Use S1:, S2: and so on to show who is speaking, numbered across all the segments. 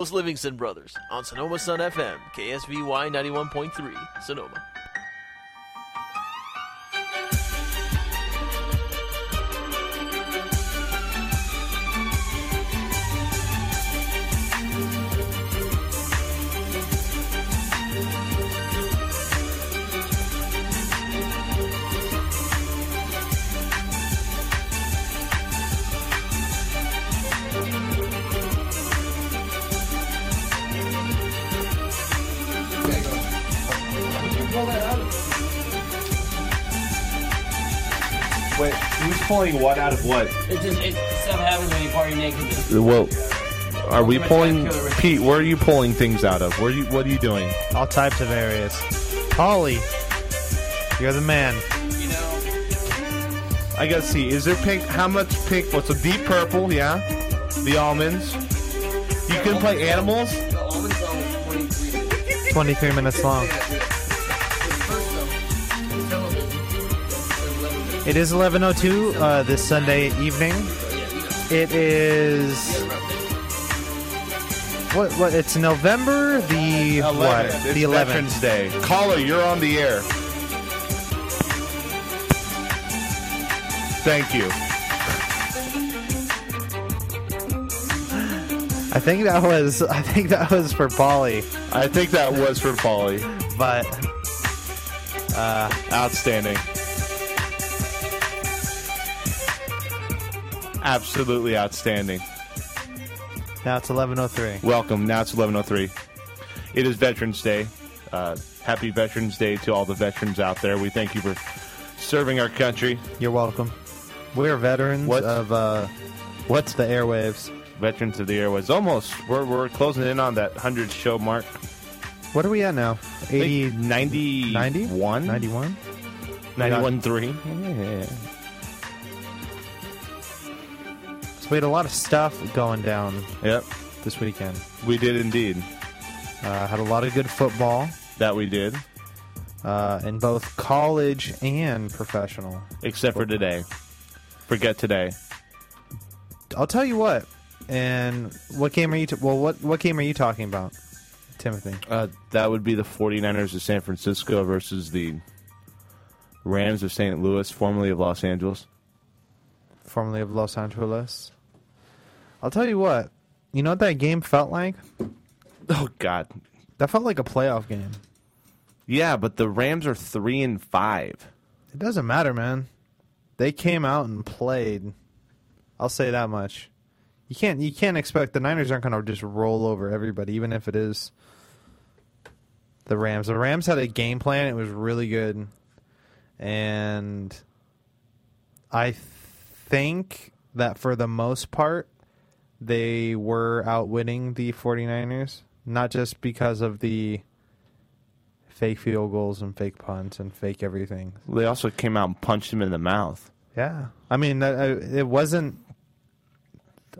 S1: Los Livingston Brothers on Sonoma Sun FM, KSVY 91.3, Sonoma.
S2: Wait, who's pulling what out of what?
S3: It's just it stuff happens when you party naked.
S2: Well, are we
S3: Ultimate
S2: pulling
S3: Dracula revenge.
S2: Pete? Where are you pulling things out of? Where you? What are you doing?
S4: All types of areas. Polly, you're the man.
S3: You know,
S2: I gotta see. Is there pink? How much pink? What's a deep purple? Yeah, the almonds. You can play animals.
S5: The almond song was 23 minutes.
S4: 23 minutes long.
S5: Yeah, yeah. The first song, the television, that's 11 minutes.
S4: It is 11:02 uh, this Sunday evening. It is what? What? It's November the what?
S2: Eleven. It's
S4: The 11th.
S2: Veterans Day. Caller, you're on the air. Thank you.
S4: I think that was. I think that was for Polly,
S2: I think that was for Polly.
S4: but
S2: Outstanding. Absolutely outstanding.
S4: now it's 11:03.
S2: Welcome. Now it's 11:03. It is Veterans Day. Uh, happy Veterans Day to all the veterans out there. We thank you for serving our country.
S4: You're welcome. We're veterans
S2: What-
S4: of uh, what's the airwaves?
S2: Veterans of the Airways. Almost. We're, we're closing in on that 100 show mark.
S4: What are we at now? 80,
S2: 90,
S4: 90,
S2: 91?
S4: 91.
S2: 91 3.
S4: So we had a lot of stuff going down
S2: Yep.
S4: this weekend.
S2: We did indeed.
S4: Uh, had a lot of good football
S2: That we did.
S4: uh, in both college and professional.
S2: Except for today. Forget today.
S4: I'll tell you what. And what game are you? T- well, what what game are you talking about, Timothy?
S2: Uh, that would be the 49ers of San Francisco versus the Rams of St. Louis, formerly of Los Angeles.
S4: Formerly of Los Angeles. I'll tell you what. You know what that game felt like?
S2: Oh God.
S4: That felt like a playoff game.
S2: Yeah, but the Rams are three and five.
S4: It doesn't matter, man. They came out and played. I'll say that much. You can't you can't expect the Niners aren't going to just roll over everybody, even if it is the Rams. The Rams had a game plan; it was really good, and I think that for the most part they were outwitting the 49ers, not just because of the fake field goals and fake punts and fake everything.
S2: They also came out and punched him in the mouth.
S4: Yeah, I mean, that, uh, it wasn't.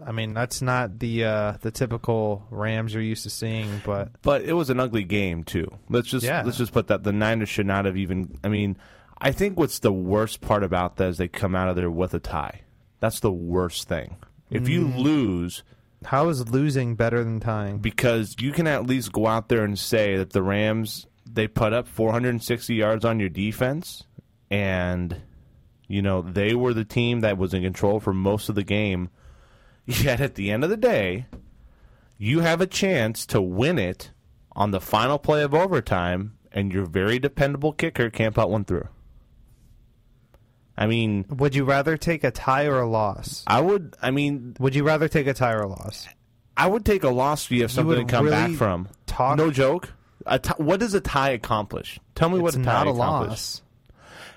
S4: I mean, that's not the uh, the typical Rams you're used to seeing, but
S2: But it was an ugly game too. Let's just
S4: Yeah.
S2: let's just put that the Niners should not have even I mean, I think what's the worst part about that is they come out of there with a tie. That's the worst thing. If you lose,
S4: how is losing better than tying?
S2: because you can at least go out there and say that the Rams they put up 460 yards on your defense and you know they were the team that was in control for most of the game yet at the end of the day you have a chance to win it on the final play of overtime and your very dependable kicker can't put one through I mean
S4: Would you rather take a tie or a loss?
S2: I would I mean
S4: Would you rather take a tie or a loss?
S2: I would take a loss if you have something to
S4: would
S2: come back
S4: really
S2: from.
S4: talk-
S2: No joke. A ti- what does a tie accomplish? Tell me what
S4: it's
S2: a tie
S4: not a
S2: accomplishes.
S4: loss.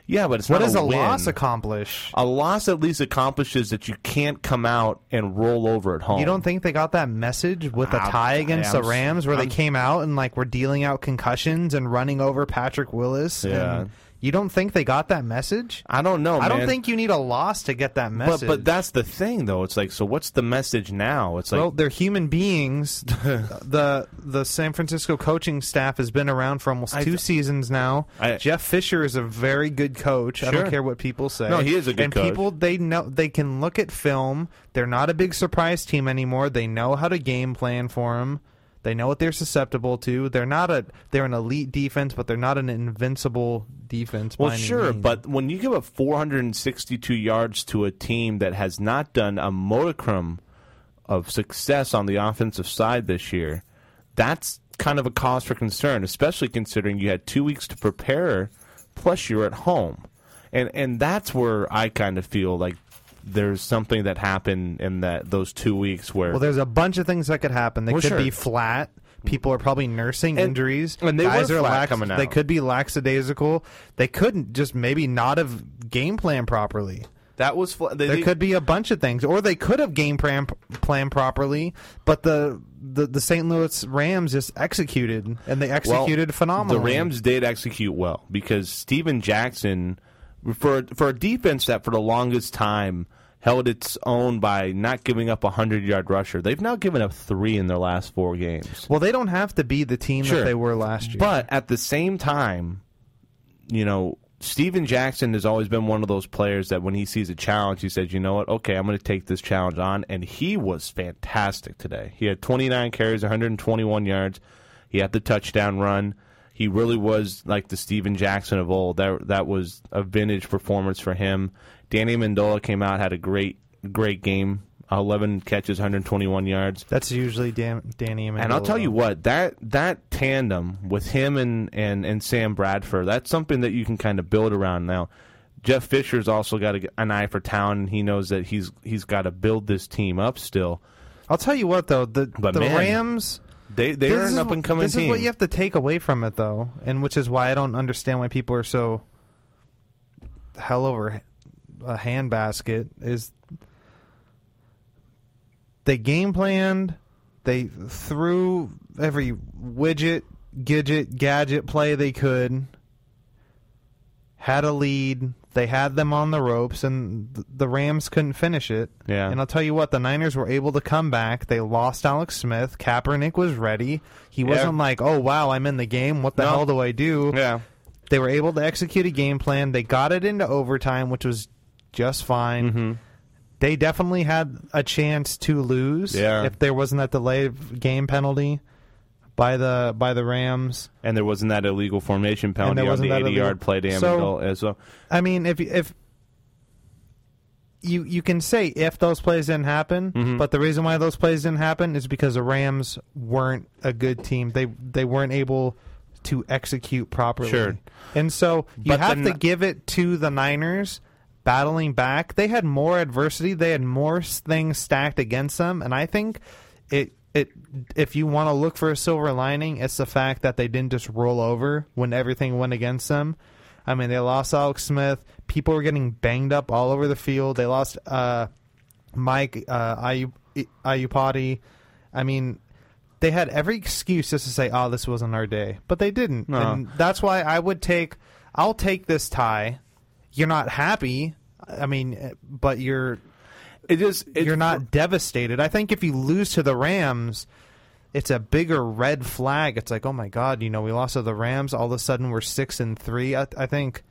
S2: Yeah, but it's
S4: What
S2: not
S4: does
S2: a,
S4: a
S2: win.
S4: loss accomplish?
S2: a loss at least accomplishes that you can't come out and roll over at home.
S4: You don't think they got that message with a
S2: I'm-
S4: tie against the
S2: I'm s-
S4: Rams where
S2: Ah, I'm-
S4: they came out and like were dealing out concussions and running over Patrick Willis?
S2: Yeah.
S4: and you don't think they got that message?
S2: I don't know.
S4: I don't
S2: man.
S4: think you need a loss to get that
S2: But
S4: message.
S2: but that's the thing though. It's like so. What's the message now? It's like
S4: well, they're human beings. the The San Francisco coaching staff has been around for almost two seasons now.
S2: I-
S4: Jeff Fisher is a very good coach. I
S2: Sure.
S4: don't care what people say.
S2: No, he is a good
S4: and
S2: coach.
S4: people they know they can look at film. They're not a big surprise team anymore. They know how to game plan for him. They know what they're susceptible to. They're not a they're an elite defense, but they're not an invincible defense.
S2: Well,
S4: by any
S2: sure,
S4: means.
S2: but when you give up 462 yards to a team that has not done a modicum of success on the offensive side this year, that's kind of a cause for concern, especially considering you had two weeks to prepare, plus you're at home, and and that's where I kind of feel like there's something that happened in that those two weeks where
S4: well, there's a bunch of things that could happen. They
S2: Well,
S4: could
S2: sure.
S4: be flat. People are probably nursing
S2: And-
S4: injuries.
S2: and they
S4: Guys
S2: were
S4: are
S2: flat
S4: lax-
S2: coming out.
S4: They could be lackadaisical. They couldn't just maybe not have game plan properly.
S2: that was fl- they,
S4: There
S2: they-
S4: could be a bunch of things, or they could have game plan plan properly, but the the, the St. Louis Rams just executed, and they executed phenomenally.
S2: The Rams did execute well because Steven Jackson, for for a defense that for the longest time held its own by not giving up a hundred yard rusher, they've now given up three in their last four games.
S4: Well, they don't have to be the team
S2: Sure.
S4: that they were last year.
S2: But at the same time, you know, Steven Jackson has always been one of those players that when he sees a challenge, he says, you know what, okay, I'm going to take this challenge on. And he was fantastic today. He had 29 carries, 121 yards. He had the touchdown run. He really was like the Steven Jackson of old. That that was a vintage performance for him. Danny Mendola came out, had a great great game. 11 catches, 121 yards.
S4: that's usually Dan, Danny Amendola.
S2: And I'll tell you what that that tandem with him and and and Sam Bradford that's something that you can kind of build around now. Jeff Fisher's also got a, an eye for talent. and He knows that he's he's got to build this team up still.
S4: I'll tell you what though. The
S2: But
S4: the
S2: man,
S4: Rams.
S2: They they're
S4: this
S2: an
S4: is-
S2: up and coming
S4: This
S2: team.
S4: is what you have to take away from it though, and which is why I don't understand why people are so hell over a handbasket is they game planned, they threw every widget, gidget, gadget play they could, had a lead, they had them on the ropes, and th- the Rams couldn't finish it.
S2: Yeah.
S4: And I'll tell you what, the Niners were able to come back. They lost Alex Smith. Kaepernick was ready. He wasn't like, oh, wow, I'm in the game. What the
S2: No.
S4: hell do I do?
S2: yeah.
S4: They were able to execute a game plan. They got it into overtime, which was just fine.
S2: Mm-hmm.
S4: They definitely had a chance to lose
S2: Yeah.
S4: if there wasn't that delay of game penalty by the by the Rams.
S2: And there wasn't that illegal formation
S4: there
S2: penalty on
S4: wasn't
S2: the
S4: that
S2: 80 yard
S4: illegal-
S2: play to
S4: So-
S2: Amendola as well.
S4: I mean, if if you you can say if those plays didn't happen, but the reason why those plays didn't happen is because the Rams weren't a good team. They they weren't able to execute properly.
S2: Sure.
S4: And so you
S2: But
S4: have
S2: the
S4: to
S2: Ni-
S4: give it to the Niners battling back. They had more adversity. They had more s- things stacked against them, and I think it. It, if you want to look for a silver lining, it's the fact that they didn't just roll over when everything went against them. I mean, they lost Alex Smith. People were getting banged up all over the field. They lost uh, Mike uh, Ayu- Ayupati. I mean, they had every excuse just to say, "Oh, this wasn't our day," but they didn't,
S2: No.
S4: and that's why I would take. I'll take this tie. You're not happy. I mean, but you're
S2: It is it,
S4: you're not devastated. I think if you lose to the Rams, it's a bigger red flag. It's like, oh my god, you know, we lost to the Rams. All of a sudden, we're six and three. I, I think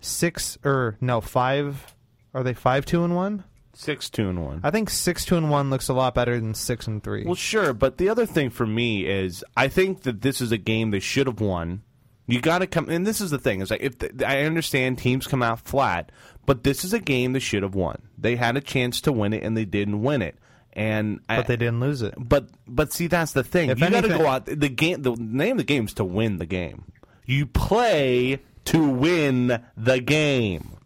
S4: six or no five. Are they five two and one?
S2: 6 2 and 1.
S4: I think six two and one looks a lot better than six and three.
S2: Well, sure, but the other thing for me is I think that this is a game they should have won. You got to come, and this is the thing: is like if th I understand teams come out flat, but this is a game they should have won. They had a chance to win it, and they didn't win it. And I,
S4: but they didn't lose it.
S2: but but see, that's the thing.
S4: If
S2: you got to
S4: anything-
S2: go out the game. The name of the game is to win the game. You play to win the game.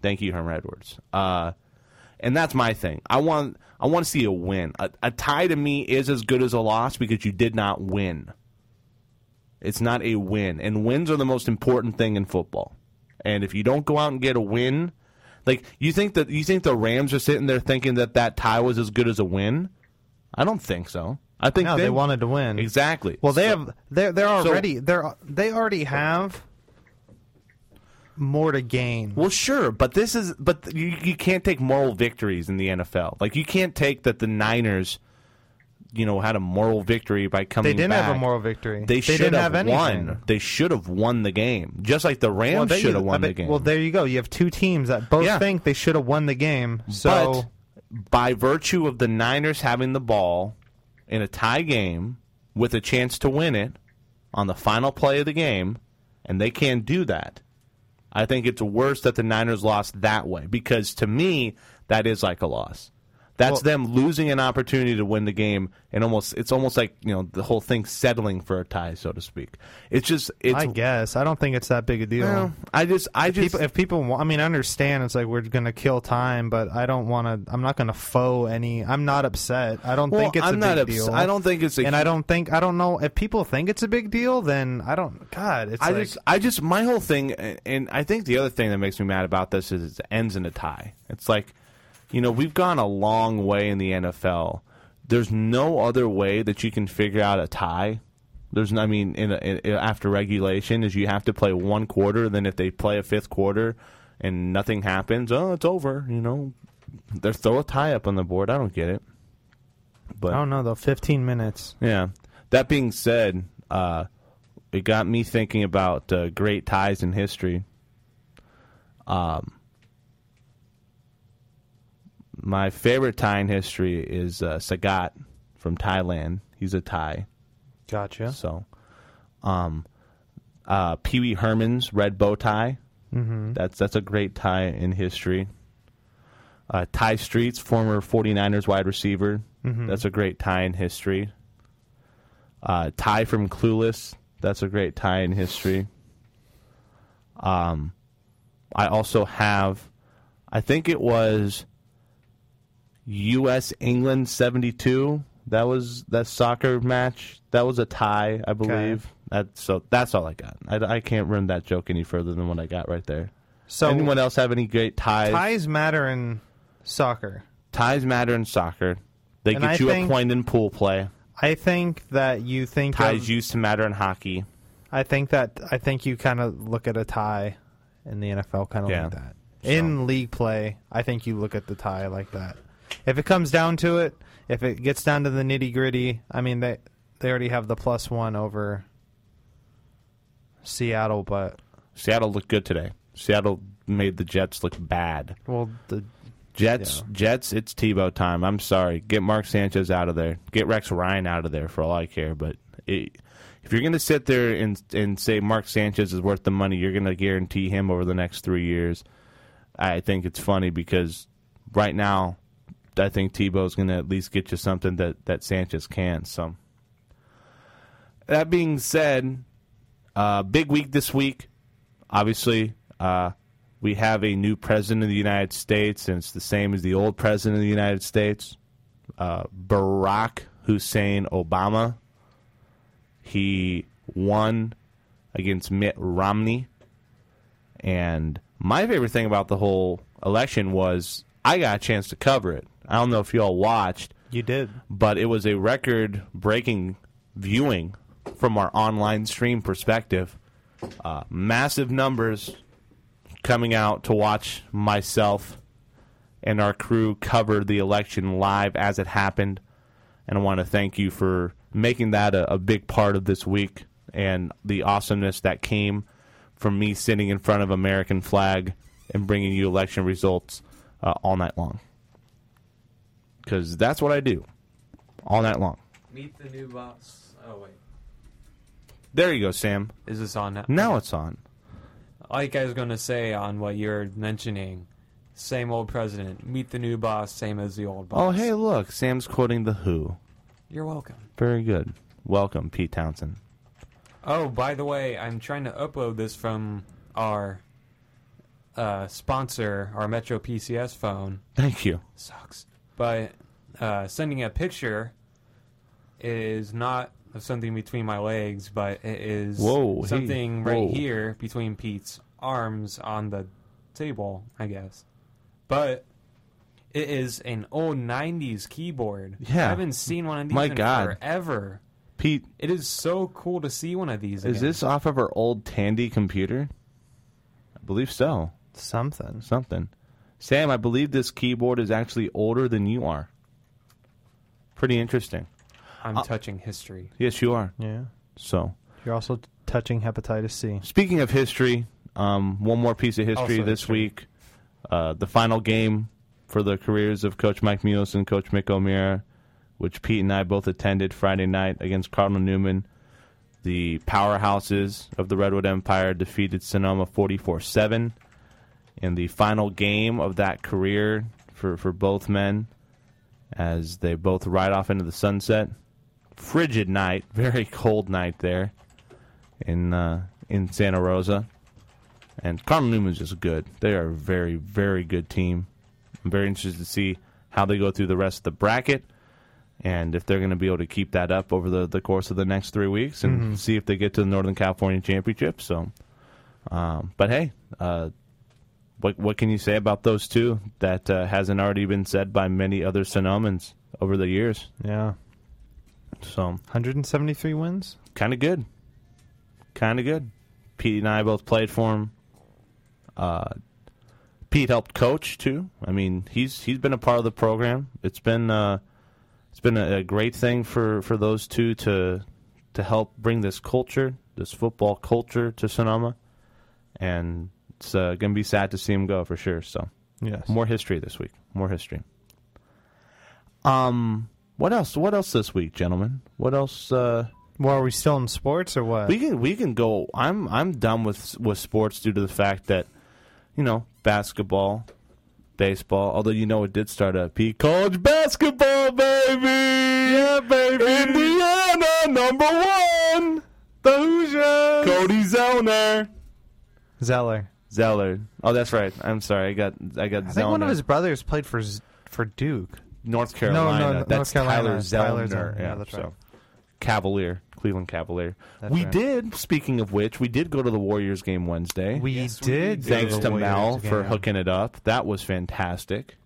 S2: Thank you, Herm Edwards. Uh, and that's my thing. I want I want to see a win. A, a tie to me is as good as a loss because you did not win. It's not a win, and wins are the most important thing in football. And if you don't go out and get a win, like you think that you think the Rams are sitting there thinking that that tie was as good as a win. I don't think so. I think
S4: No, they wanted to win.
S2: exactly.
S4: Well, they
S2: So-
S4: have they're they're
S2: so-
S4: already they're they already have more to gain.
S2: Well, sure, but this is but you, you can't take moral victories in the NFL. Like you can't take that the Niners, you know, had a moral victory by coming.
S4: they didn't have a
S2: back.
S4: moral victory.
S2: They, should
S4: didn't
S2: have,
S4: have anything.
S2: won. They should have won the game, just like the Rams
S4: there
S2: should
S4: you-
S2: have won
S4: I
S2: the
S4: bet-
S2: game.
S4: Well, there you go. You have two teams that both
S2: Yeah.
S4: think they should have won the game. So
S2: but by virtue of the Niners having the ball in a tie game, with a chance to win it on the final play of the game, and they can't do that. I think it's worse that the Niners lost that way because to me that is like a loss. That's
S4: Well-
S2: them losing an opportunity to win the game, and almost it's almost like you know the whole thing settling for a tie, so to speak. It's just it's
S4: I guess I don't think it's that big a deal.
S2: Well, I just I just
S4: people, if people, wa- I mean, I understand it's like we're gonna kill time, but I don't want to. I'm not gonna foe any. I'm not upset. I don't
S2: Well,
S4: think it's
S2: I'm
S4: a
S2: not
S4: big
S2: ups-
S4: deal.
S2: I don't think it's a
S4: and I don't think I don't know if people think it's a big deal. Then I don't. God, it's
S2: I
S4: like
S2: just, I just, my whole thing, and- and I think the other thing that makes me mad about this is it ends in a tie. It's like, you know, we've gone a long way in the NFL. There's no other way that you can figure out a tie. There's, no- I mean, in, a, in after regulation, is you have to play one quarter. Then if they play a fifth quarter and nothing happens, oh, it's over. You know, they throw a tie up on the board. I don't get it. But
S4: I don't know though. 15 minutes.
S2: yeah. That being said, uh, it got me thinking about uh, great ties in history. Um, my favorite tie in history is uh, Sagat from Thailand. He's a Thai.
S4: Gotcha.
S2: So, um, uh, Pee Wee Herman's red bow tie. Mm-hmm. That's that's a great tie in history. Uh, Ty Streets, former 49ers wide receiver. That's a great tie in history. Uh, Ty from Clueless. That's a great tie in history. Um, I also have, I think it was U.S. England '72. That was that soccer match. That was a tie, I believe. That so that's all I got. I, I can't run that joke any further than what I got right there.
S4: So
S2: Anyone else have any great ties?
S4: ties matter in soccer.
S2: ties matter in soccer. They
S4: And
S2: get
S4: I
S2: you
S4: think-
S2: a point in pool play.
S4: I think that you think
S2: Ties
S4: of-
S2: used to matter in hockey.
S4: I think that I think you kind of look at a tie in the NFL kind of
S2: Yeah.
S4: like that. In league play, I think you look at the tie like that. If it comes down to it, if it gets down to the nitty gritty, I mean they they already have the plus one over Seattle, but
S2: Seattle looked good today. Seattle made the Jets look bad.
S4: well the
S2: Jets,
S4: Yeah.
S2: Jets, it's Tebow time. I'm sorry. Get Mark Sanchez out of there. Get Rex Ryan out of there for all I care. But it, if you're going to sit there and and say Mark Sanchez is worth the money, you're going to guarantee him over the next three years. I think it's funny because right now, I think Tebow's going to at least get you something that that Sanchez can't. So that being said, uh, big week this week. Obviously, uh, we have a new president of the United States, and it's the same as the old president of the United States, uh, Barack Hussein Obama. He won against Mitt Romney. And my favorite thing about the whole election was I got a chance to cover it. I don't know if you all watched,
S4: you did
S2: but it was a record breaking viewing from our online stream perspective. Uh, massive numbers coming out to watch myself and our crew cover the election live as it happened. And I want to thank you for making that a, a big part of this week and the awesomeness that came from me sitting in front of American flag and bringing you election results uh, all night long. Because that's what I do all night long.
S6: Meet the new boss. Oh wait,
S2: There you go, Sam.
S6: is this on now?
S2: Now it's on.
S6: Like I was gonna say on what you're mentioning, same old president. Meet the new boss, same as the old
S2: Oh,
S6: boss.
S2: hey, look. Sam's quoting The Who.
S6: You're welcome.
S2: Very good. Welcome, Pete Townsend.
S6: Oh, by the way, I'm trying to upload this from our uh, sponsor, our Metro PCS phone.
S2: Thank you.
S6: Sucks. But uh, sending a picture is not of something between my legs, but it is
S2: Whoa, hey,
S6: something right
S2: whoa.
S6: here between Pete's arms on the table, I guess. But it is an old 90s keyboard.
S2: Yeah.
S6: I haven't seen one of these
S2: My
S6: in
S2: God.
S6: forever.
S2: Pete,
S6: It is so cool to see one of these.
S2: is
S6: again.
S2: this off of our old Tandy computer? I believe so.
S4: something.
S2: Something. Sam, I believe this keyboard is actually older than you are. Pretty interesting.
S6: I'm touching history.
S2: Yes, you are.
S4: Yeah,
S2: So,
S4: you're also t- touching hepatitis C.
S2: speaking of history, um, one more piece of history
S6: Also
S2: this
S6: history.
S2: week. Uh, the final game for the careers of Coach Mike Mules and Coach Mick O'Meara which Pete and I both attended Friday night against Cardinal Newman. The powerhouses of the Redwood Empire defeated Sonoma 44 7 in the final game of that career for, for both men as they both ride off into the sunset. Frigid night, very cold night there in uh, in Santa Rosa. And Carmen Newman's just good. They are a very, very good team. I'm very interested to see how they go through the rest of the bracket and if they're going to be able to keep that up over the, the course of the next three weeks and see if they get to the Northern California Championship. So, um, but hey, uh, what what can you say about those two that uh, hasn't already been said by many other Sonomans over the years?
S4: Yeah.
S2: So
S4: 173 wins?
S2: kind of good, kind of good. Pete and I both played for him. Uh, Pete helped coach too. I mean, he's he's been a part of the program. It's been uh, it's been a, a great thing for, for those two to to help bring this culture, this football culture to Sonoma, and it's uh, gonna be sad to see him go for sure. So.
S4: Yes.
S2: More history this week. More history. Um, what else? What else this week, gentlemen? What else? Uh,
S4: Well, are we still in sports or what?
S2: we can we can go. I'm I'm done with with sports due to the fact that you know basketball, baseball. Although you know it did start up. Pete college basketball, baby. Yeah, baby. Indiana number one. The Hoosiers. Cody Zeller.
S4: Zeller.
S2: Zeller. Oh, that's right. I'm sorry. I got I got
S4: I think
S2: Zellner.
S4: one of his brothers played for Z- for Duke.
S2: North Carolina.
S4: no, North
S2: that's
S4: Carolina.
S2: Tyler
S4: Tyler
S2: Zellner.
S4: Zellner.
S2: Yeah,
S4: Yeah, that's
S2: so.
S4: right.
S2: Cavalier, Cleveland Cavalier.
S4: That's
S2: we
S4: right.
S2: did. Speaking of which, we did go to the Warriors game Wednesday.
S4: We
S6: Yes, we
S4: did.
S6: did.
S4: go
S2: Thanks
S4: the
S2: to
S4: Warriors
S2: Mal for
S4: game.
S2: hooking it up. That was fantastic.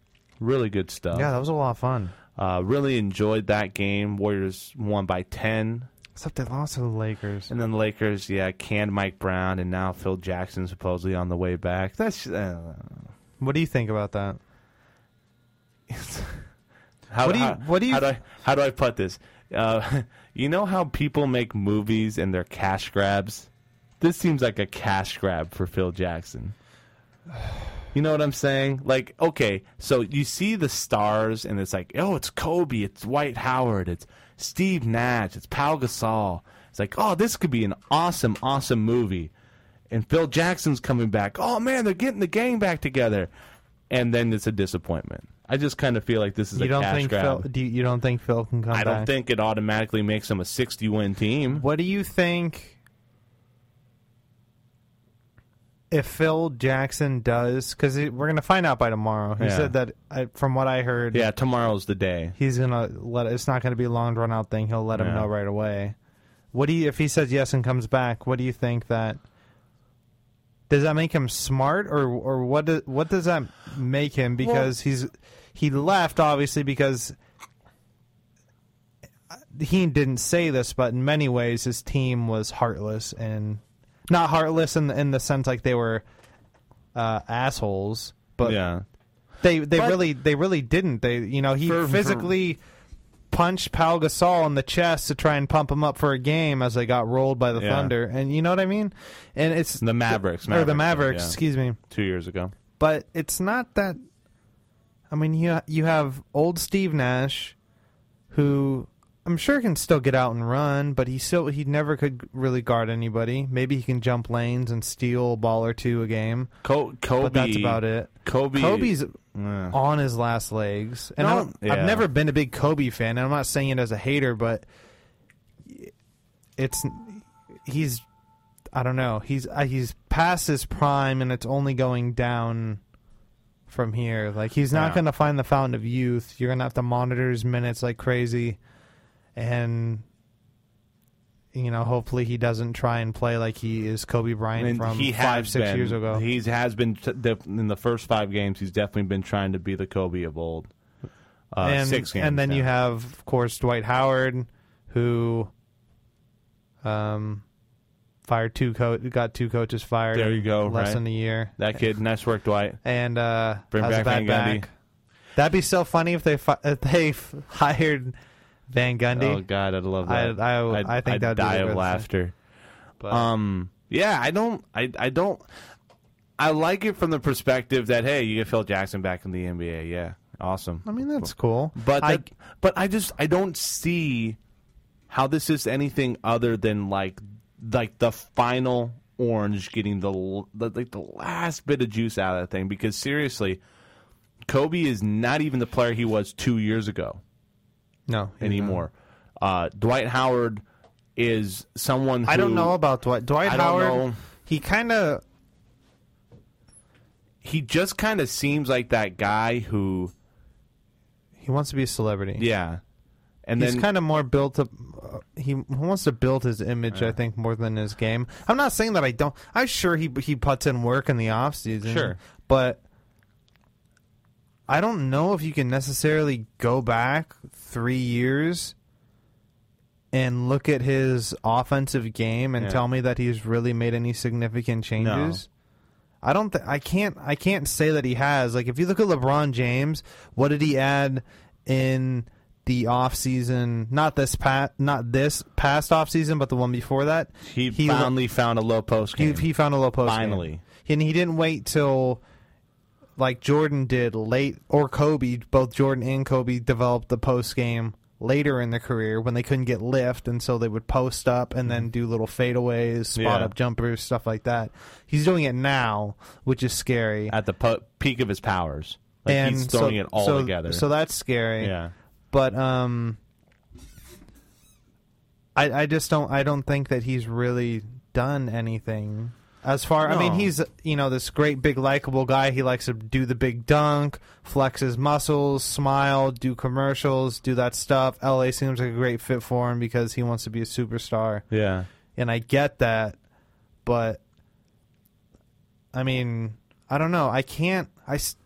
S2: Really good stuff.
S4: Yeah, that was a lot of fun.
S2: Uh, really enjoyed that game. Warriors won by ten,
S4: Except they lost to the Lakers.
S2: and then the Lakers. Yeah, canned Mike Brown, and now Phil Jackson supposedly on the way back. That's uh,
S4: What do you think about that?
S2: How
S4: What do you-
S2: how-
S4: what do you-
S2: How do I, how do I put this? Uh, you know how people make movies and they're cash grabs. This seems like a cash grab for Phil Jackson. You know what I'm saying? Like, okay, so you see the stars, and it's like, oh, it's Kobe, it's Dwight Howard, it's Steve Nash, it's Pau Gasol. It's like, oh, this could be an awesome, awesome movie. And Phil Jackson's coming back. Oh man, they're getting the gang back together. And then it's a disappointment. I just kind of feel like this is
S4: You
S2: a
S4: don't
S2: cash
S4: think
S2: grab.
S4: Phil? Do you, you don't think Phil can come
S2: I don't
S4: back?
S2: think it automatically makes them a 60 win team.
S4: What do you think? If Phil Jackson does, because we're gonna find out by tomorrow. He
S2: Yeah.
S4: said that, I, from what I heard,
S2: Yeah, tomorrow's the day.
S4: he's gonna let. It's not gonna be a long drawn out thing. He'll let him
S2: Yeah.
S4: know right away. What do you? If he says yes and comes back, what do you think that? Does that make him smart, or or what? Do, what does that make him? Because he's he left obviously because he didn't say this, but in many ways his team was heartless and not heartless in in the sense like they were uh, assholes, but
S2: yeah.
S4: they they
S2: But-
S4: really they really didn't. They you know he
S2: For- for-
S4: physically punched Pau Gasol in the chest to try and pump him up for a game as they got rolled by the
S2: Yeah.
S4: Thunder, and you know what I mean. And it's
S2: The Mavericks,
S4: or the
S2: Mavericks,
S4: Mavericks,
S2: yeah.
S4: excuse me.
S2: 2 years ago.
S4: But it's not that. I mean, you you have old Steve Nash, who I'm sure can still get out and run, but he still he never could really guard anybody. Maybe he can jump lanes and steal a ball or two a game,
S2: Co- Kobe
S4: but that's about it.
S2: Kobe
S4: Kobe's
S2: Yeah.
S4: on his last legs. And
S2: No,
S4: I don't,
S2: yeah.
S4: I've never been a big Kobe fan, and I'm not saying it as a hater, but it's he's I don't know he's uh, he's past his prime, and it's only going down from here. Like he's not
S2: Yeah.
S4: going to find the fountain of youth. You're going to have to monitor his minutes like crazy, and. You know, hopefully he doesn't try and play like he is Kobe Bryant
S2: And
S4: from
S2: he has
S4: five, six
S2: been-
S4: years ago.
S2: He has been t- def- in the first five games. He's definitely been trying to be the Kobe of old. Uh,
S4: and,
S2: six games,
S4: and then
S2: now.
S4: you have, of course, Dwight Howard, who um, fired two co- got two coaches fired.
S2: There you go,
S4: in Less
S2: right?
S4: than a year,
S2: that kid. Nice work, Dwight.
S4: and uh,
S2: Bring
S4: has
S2: back
S4: a bad
S2: Van Gundy.
S4: back. That'd be so funny if they fi- if they f- hired Van Gundy.
S2: Oh God, I'd love that.
S4: I- I-
S2: I'd-
S4: I think
S2: I'd
S4: that'd be
S2: die
S4: the
S2: of
S4: best.
S2: laughter.
S4: But-
S2: Um, yeah, I don't, I, I don't, I like it from the perspective that hey, you get Phil Jackson back in the NBA. Yeah, Awesome.
S4: I mean, that's cool.
S2: But
S4: I,
S2: that- but I just I don't see how this is anything other than like like the final orange getting the l- the- like the last bit of juice out of that thing because seriously, Kobe is not even the player he was two years ago
S4: no he's
S2: anymore. Uh, Dwight Howard is someone who,
S4: not. I don't know about Dwight. Dwight
S2: I don't
S4: Howard.
S2: know.
S4: He kind of
S2: He just kind of seems like that guy who
S4: he wants to be a celebrity.
S2: yeah, and
S4: He's
S2: then
S4: kind of more built up. Uh, he wants to build his image, I think, more than his game. I'm not saying that I don't. I'm sure he he puts in work in the off season.
S2: Sure.
S4: but I don't know if you can necessarily go back three years and look at his offensive game and
S2: Yeah.
S4: tell me that he's really made any significant changes. I don't. Th- I can't. I can't say that he has. Like, if you look at LeBron James, what did he add in the off season? Not this past. Not this past off season, but the one before that.
S2: he, finally found a low post
S4: he,
S2: game.
S4: he found a low post. game.
S2: Finally.
S4: and he didn't wait till like Jordan did late or Kobe. Both Jordan and Kobe developed the post game later in their career when they couldn't get lift, and so they would post up and then do little fadeaways,
S2: Mm-hmm.
S4: spot
S2: Yeah.
S4: up jumpers, stuff like that. He's doing it now, which is scary.
S2: at the po- peak of his powers. Like
S4: and
S2: he's throwing
S4: so,
S2: it all
S4: so-
S2: together.
S4: So that's scary.
S2: yeah,
S4: But um, I I just don't I don't think that he's really done anything as far. I mean,
S2: No.
S4: he's you know this great big likable guy. He likes to do the big dunk, flex his muscles, smile, do commercials, do that stuff. L.A. seems like a great fit for him because he wants to be a superstar
S2: yeah.
S4: and I get that, but I mean, I don't know. I can't. I s-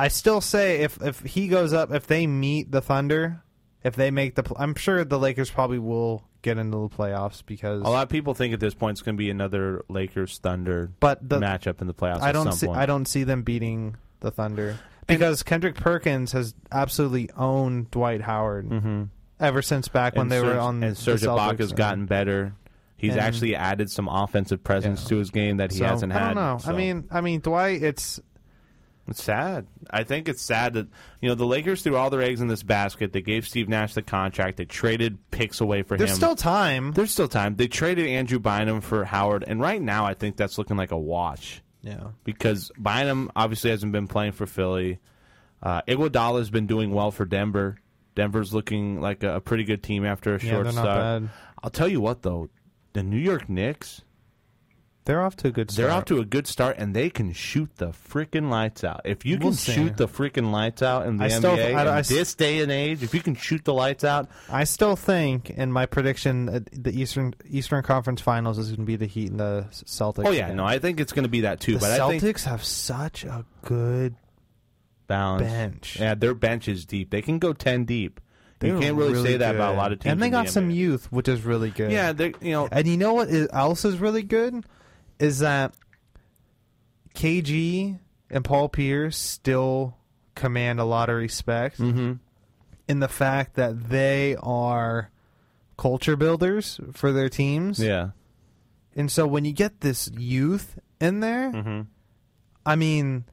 S4: I still say if if he goes up, if they meet the Thunder, if they make the, pl- I'm sure the Lakers probably will get into the playoffs because
S2: A lot of people think at this point it's going to be another Lakers Thunder
S4: But the-
S2: matchup in the playoffs.
S4: I
S2: at
S4: don't
S2: some
S4: see
S2: point.
S4: I don't see them beating the Thunder because Kendrick Perkins has absolutely owned Dwight Howard ever since back when
S2: Mm-hmm. And
S4: they were
S2: Serge-
S4: on
S2: and Serge
S4: the Celtics.
S2: Ibaka's gotten better. He's
S4: And-
S2: actually added some offensive presence
S4: Yeah.
S2: to his game that he
S4: So,
S2: hasn't had.
S4: I don't know. I
S2: so.
S4: mean, I mean Dwight. It's
S2: It's sad. I think it's sad that you know the Lakers threw all their eggs in this basket. They gave Steve Nash the contract. They traded picks away for
S4: there's
S2: him.
S4: still time.
S2: there's still time. They traded Andrew Bynum for Howard, and right now I think that's looking like a watch.
S4: Yeah.
S2: because Bynum obviously hasn't been playing for Philly. Uh, Iguodala has been doing well for Denver. Denver's looking like a, a pretty good team after a
S4: Yeah,
S2: short
S4: they're not
S2: start.
S4: bad.
S2: I'll tell you what, though, the New York Knicks,
S4: They're off to a good
S2: they're off to a good start, and they can shoot the freaking lights out. If you can
S4: We'll see.
S2: shoot the freaking lights out in the
S4: I
S2: NBA
S4: still- I-
S2: in
S4: I-
S2: this day and age, if you can shoot the lights out,
S4: I still think in my prediction that the Eastern Eastern Conference Finals is going to be the Heat and the Celtics.
S2: oh yeah,
S4: again.
S2: no, I think it's going to be that too.
S4: the
S2: but I
S4: Celtics
S2: think
S4: have such a good
S2: balance.
S4: bench.
S2: Yeah, their bench is deep. They can go ten deep.
S4: They're
S2: you can't really, say that about a
S4: good.
S2: lot of teams.
S4: And they
S2: in
S4: got
S2: the
S4: some
S2: NBA.
S4: youth, which is really good.
S2: Yeah, they're you know
S4: And you know what is, else is really good is that KG and Paul Pierce still command a lot of respect in the fact that they are culture builders for their teams.
S2: Yeah.
S4: And so when you get this youth in there,
S2: Mm. Mm-hmm.
S4: I mean,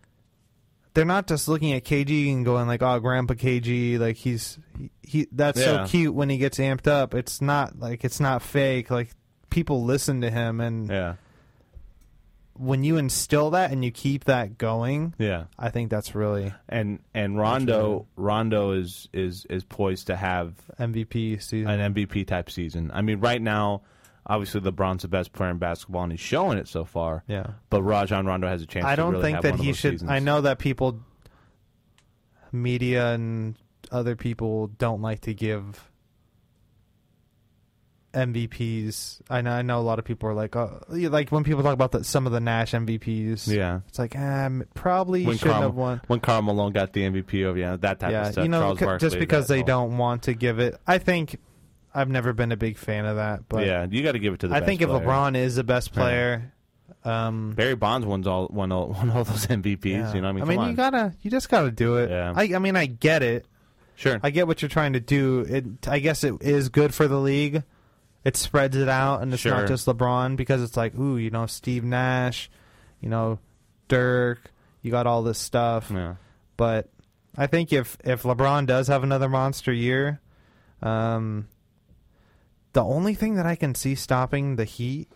S4: they're not just looking at KG and going like, "Oh, Grandpa KG, like he's he, he that's
S2: Yeah.
S4: so cute when he gets amped up." It's not like it's not fake. Like people listen to him, and
S2: Yeah.
S4: when you instill that and you keep that going,
S2: Yeah.
S4: I think that's really
S2: And and Rondo Rondo is is is poised to have
S4: MVP season.
S2: an MVP type season. I mean, right now, obviously LeBron's the best player in basketball and he's showing it so far.
S4: Yeah.
S2: But Rajon Rondo has a chance.
S4: I
S2: to
S4: don't
S2: really
S4: think
S2: have
S4: that
S2: one of
S4: he
S2: those
S4: should.
S2: seasons.
S4: I know that people, media and other people, don't like to give MVPs. I know. I know a lot of people are like, oh, you- like when people talk about the, some of the Nash MVPs.
S2: Yeah.
S4: it's like ah, m- probably
S2: When
S4: shouldn't
S2: Karl,
S4: have won.
S2: when Karl Malone got the MVP of yeah that type of
S4: Yeah,
S2: stuff.
S4: you know,
S2: Charles
S4: c-
S2: Barkley,
S4: just because
S2: that
S4: they
S2: all.
S4: don't want to give it. I think I've never been a big fan of that, but
S2: yeah, you got to give it to the.
S4: I
S2: best
S4: think
S2: player.
S4: if LeBron is the best player. Um,
S2: Barry Bonds won all won all, won all those MVPs.
S4: yeah.
S2: You know, what I mean,
S4: I
S2: Come
S4: mean,
S2: on.
S4: you gotta, you just gotta do it.
S2: Yeah.
S4: I, I mean, I get it.
S2: sure.
S4: I get what you're trying to do. It, I guess it is good for the league. It spreads it out, and it's
S2: Sure.
S4: not just LeBron because it's like, ooh, you know, Steve Nash, you know, Dirk. You got all this stuff,
S2: yeah.
S4: but I think if if LeBron does have another monster year, um, the only thing that I can see stopping the Heat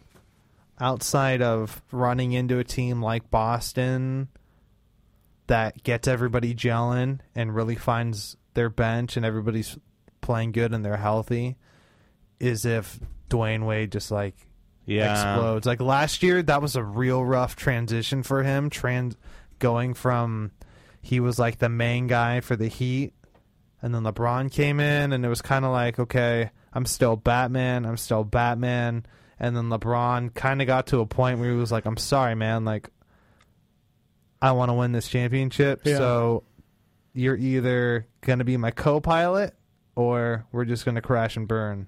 S4: outside of running into a team like Boston that gets everybody gelling and really finds their bench and everybody's playing good and they're healthy is if Dwayne Wade just like
S2: Yeah.
S4: explodes. Like last year, that was a real rough transition for him. Trans going from he was like the main guy for the Heat, and then LeBron came in, and it was kind of like, okay, I'm still Batman. I'm still Batman. And then LeBron kind of got to a point where he was like, I'm sorry, man. Like, I want to win this championship.
S6: Yeah.
S4: So you're either going to be my co pilot or we're just going to crash and burn.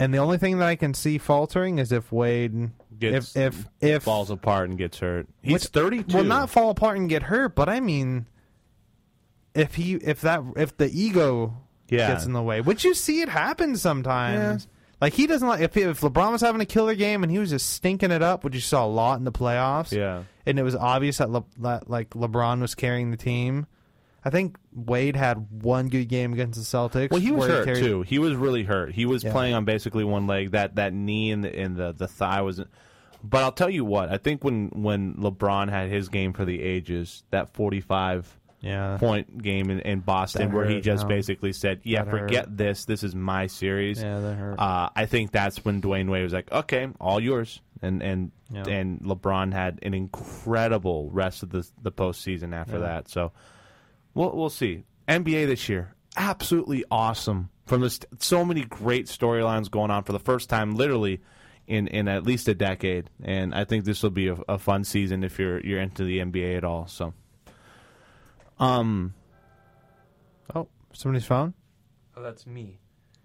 S4: And the only thing that I can see faltering is if Wade
S2: Gets-
S4: if if if
S2: falls apart and gets hurt. He's
S4: Which-
S2: thirty-two.
S4: Well, not fall apart and get hurt, but I mean, if he if that if the ego
S2: Yeah.
S4: gets in the way, which you see it happen sometimes. Like he doesn't like if if LeBron was having a killer game and he was just stinking it up, which you saw a lot in the playoffs.
S2: Yeah.
S4: and it was obvious that, Le, that like LeBron was carrying the team. I think Wade had one good game against the Celtics.
S2: Well, he was
S4: where
S2: hurt
S4: carried-
S2: too. He was really hurt. He was
S4: Yeah.
S2: playing on basically one leg. That that knee and the and the, the thigh wasn't. But I'll tell you what. I think when when LeBron had his game for the ages, that forty-five
S4: Yeah,
S2: point game in, in Boston,
S4: That
S2: where he
S4: hurt,
S2: just
S4: no.
S2: basically said, "Yeah,
S4: That
S2: forget this. This is my series."
S4: yeah, that hurt.
S2: Uh, I think that's when Dwayne Wade was like, "Okay, all yours," and and
S4: Yeah.
S2: and LeBron had an incredible rest of the the postseason after that. So we'll we'll see NBA this year. Absolutely awesome from this. So many great storylines going on for the first time, literally. In, in at least a decade, and I think this will be a, a fun season if you're you're into the NBA at all. So, um,
S4: oh, somebody's phone.
S6: Oh, that's me.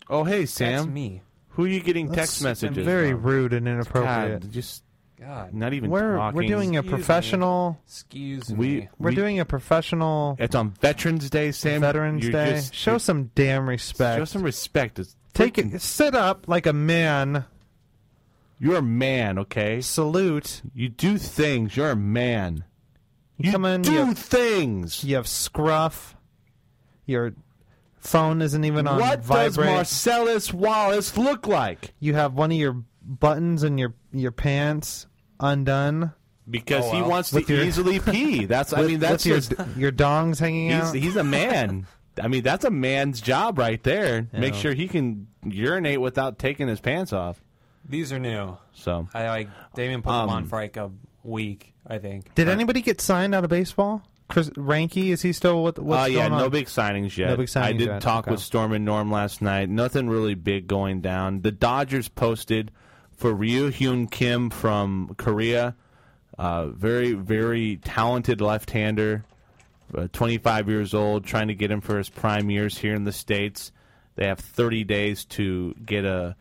S2: oh hey
S6: That's
S2: Sam,
S6: me.
S2: who are you getting
S4: That's
S2: text messages?
S4: Very
S2: from?
S4: rude and inappropriate.
S2: God, just
S6: God.
S2: not even
S4: we're
S2: talking.
S4: we're doing a
S6: Excuse me.
S4: professional.
S6: Excuse me.
S2: we
S4: We're doing a professional
S2: It's on Veterans Day, Sam.
S4: Veterans
S2: You're
S4: Day.
S2: just-
S4: show
S2: you're-
S4: some damn respect.
S2: show some respect. It's
S4: Take
S2: freaking-
S4: it. Sit up like a man.
S2: You're a man, okay?
S4: Salute.
S2: You do things. You're a man.
S4: You, come in.
S2: do
S4: You have,
S2: things.
S4: you have scruff. Your phone isn't even on
S2: What does
S4: vibrate.
S2: Marcellus Wallace look like?
S4: you have one of your buttons in your your pants undone.
S2: Because he wants
S4: With
S2: to
S4: your-
S2: easily pee. That's. I mean, that's
S4: your
S2: just.
S4: your dongs hanging
S2: He's
S4: out.
S2: he's a man. I mean, that's a man's job right there. Make sure he can urinate without taking his pants off.
S6: These are new.
S2: So
S6: I like Damien put them on
S2: Um,
S6: for like a week, I think.
S4: Did anybody get signed out of baseball? Chris Ranky is he still with? What's
S2: Uh, yeah,
S4: going on?
S2: no big signings yet.
S4: No big signings
S2: I did
S4: yet,
S2: talk
S4: okay.
S2: with Storm and Norm last night. Nothing really big going down. The Dodgers posted for Ryu Hyun Kim from Korea. Uh, very, very talented left-hander, uh, 25 years old, trying to get him for his prime years here in the states. They have 30 days to get a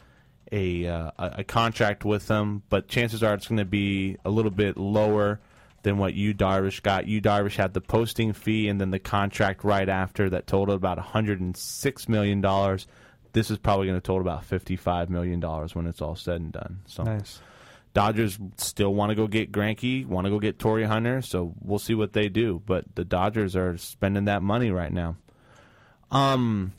S2: a uh, a a contract with them, but chances are it's going to be a little bit lower than what you Darvish got. You Darvish had the posting fee and then the contract right after that totaled about 106 million dollars. This is probably going to total about 55 million dollars when it's all said and done. So
S4: Nice.
S2: Dodgers still want to go get Granke, want to go get Torrey Hunter, so we'll see what they do. But the Dodgers are spending that money right now. Um,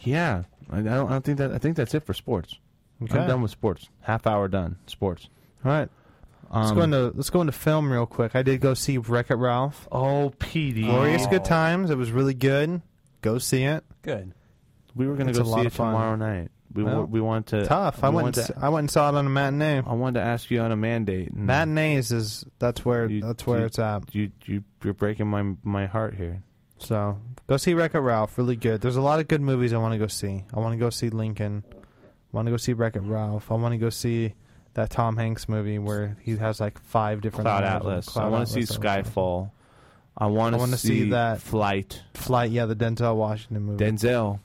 S2: yeah, I I don't, I don't think that. I think that's it for sports.
S4: Okay.
S2: I'm done with sports. Half hour done. Sports. Um,
S4: All right. Let's go into let's go into film real quick. I did go see Wreck It Ralph.
S2: Oh, PD.
S4: Glorious good times. It was really good. Go see it.
S6: Good.
S2: We were going
S4: It's
S2: to
S4: a
S2: go
S4: lot
S2: see it
S4: of fun.
S2: tomorrow night. We
S4: Well,
S2: wa- we want to
S4: Tough. I
S2: we
S4: went.
S2: wanted
S4: And,
S2: to-
S4: s- I went and saw it on a matinee.
S2: I wanted to ask you on a mandate. and
S4: Matinees is that's where
S2: You-
S4: that's where
S2: you-
S4: it's at.
S2: You you you're breaking my my heart here.
S4: So go see Wreck It Ralph. Really good. There's a lot of good movies I want to go see. I want to go see Lincoln. I want to go see Wreck It Ralph. I want to go see that Tom Hanks movie where he has like five different
S2: Cloud
S4: levels of
S2: Atlas.
S4: Cloud
S2: I want to
S4: Atlas
S2: see
S4: that was like-
S2: Skyfall. I want
S4: I wanna
S2: to
S4: see that-
S2: Flight.
S4: Flight. Yeah, the Denzel Washington movie.
S2: Denzel.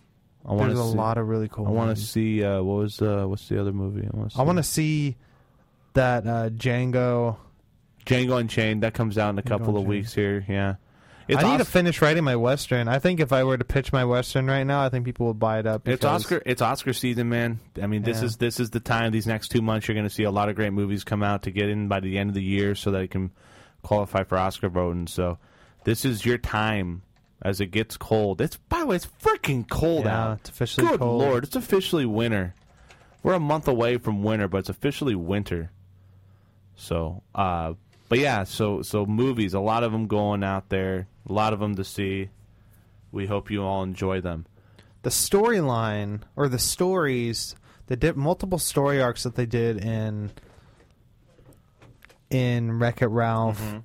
S2: I want
S4: There's
S2: to
S4: a
S2: see,
S4: lot of really cool.
S2: I want to
S4: movies.
S2: see uh, what was uh, what's the other movie? I want to.
S4: I want to see that uh, Django.
S2: Django Unchained. That comes out in a
S4: Django
S2: couple of
S4: Unchained.
S2: weeks here. Yeah. It's
S4: I need to
S2: Os-
S4: finish writing my western. I think if I were to pitch my western right now, I think people would buy it up.
S2: It's
S4: because-
S2: Oscar. It's Oscar season, man. I mean, this
S4: Yeah.
S2: is this is the time. These next two months, you're going to see a lot of great movies come out to get in by the end of the year, so that it can qualify for Oscar voting. So This is your time as it gets cold. It's by the way, it's freaking cold
S4: Yeah,
S2: out.
S4: it's officially
S2: Good
S4: cold.
S2: lord, it's officially winter. We're a month away from winter, but it's officially winter. So, uh, but yeah, so so movies, a lot of them going out there, a lot of them to see. We hope you all enjoy them.
S4: the storyline or the stories they did multiple story arcs that they did in in Wreck It Ralph
S2: Mm-hmm.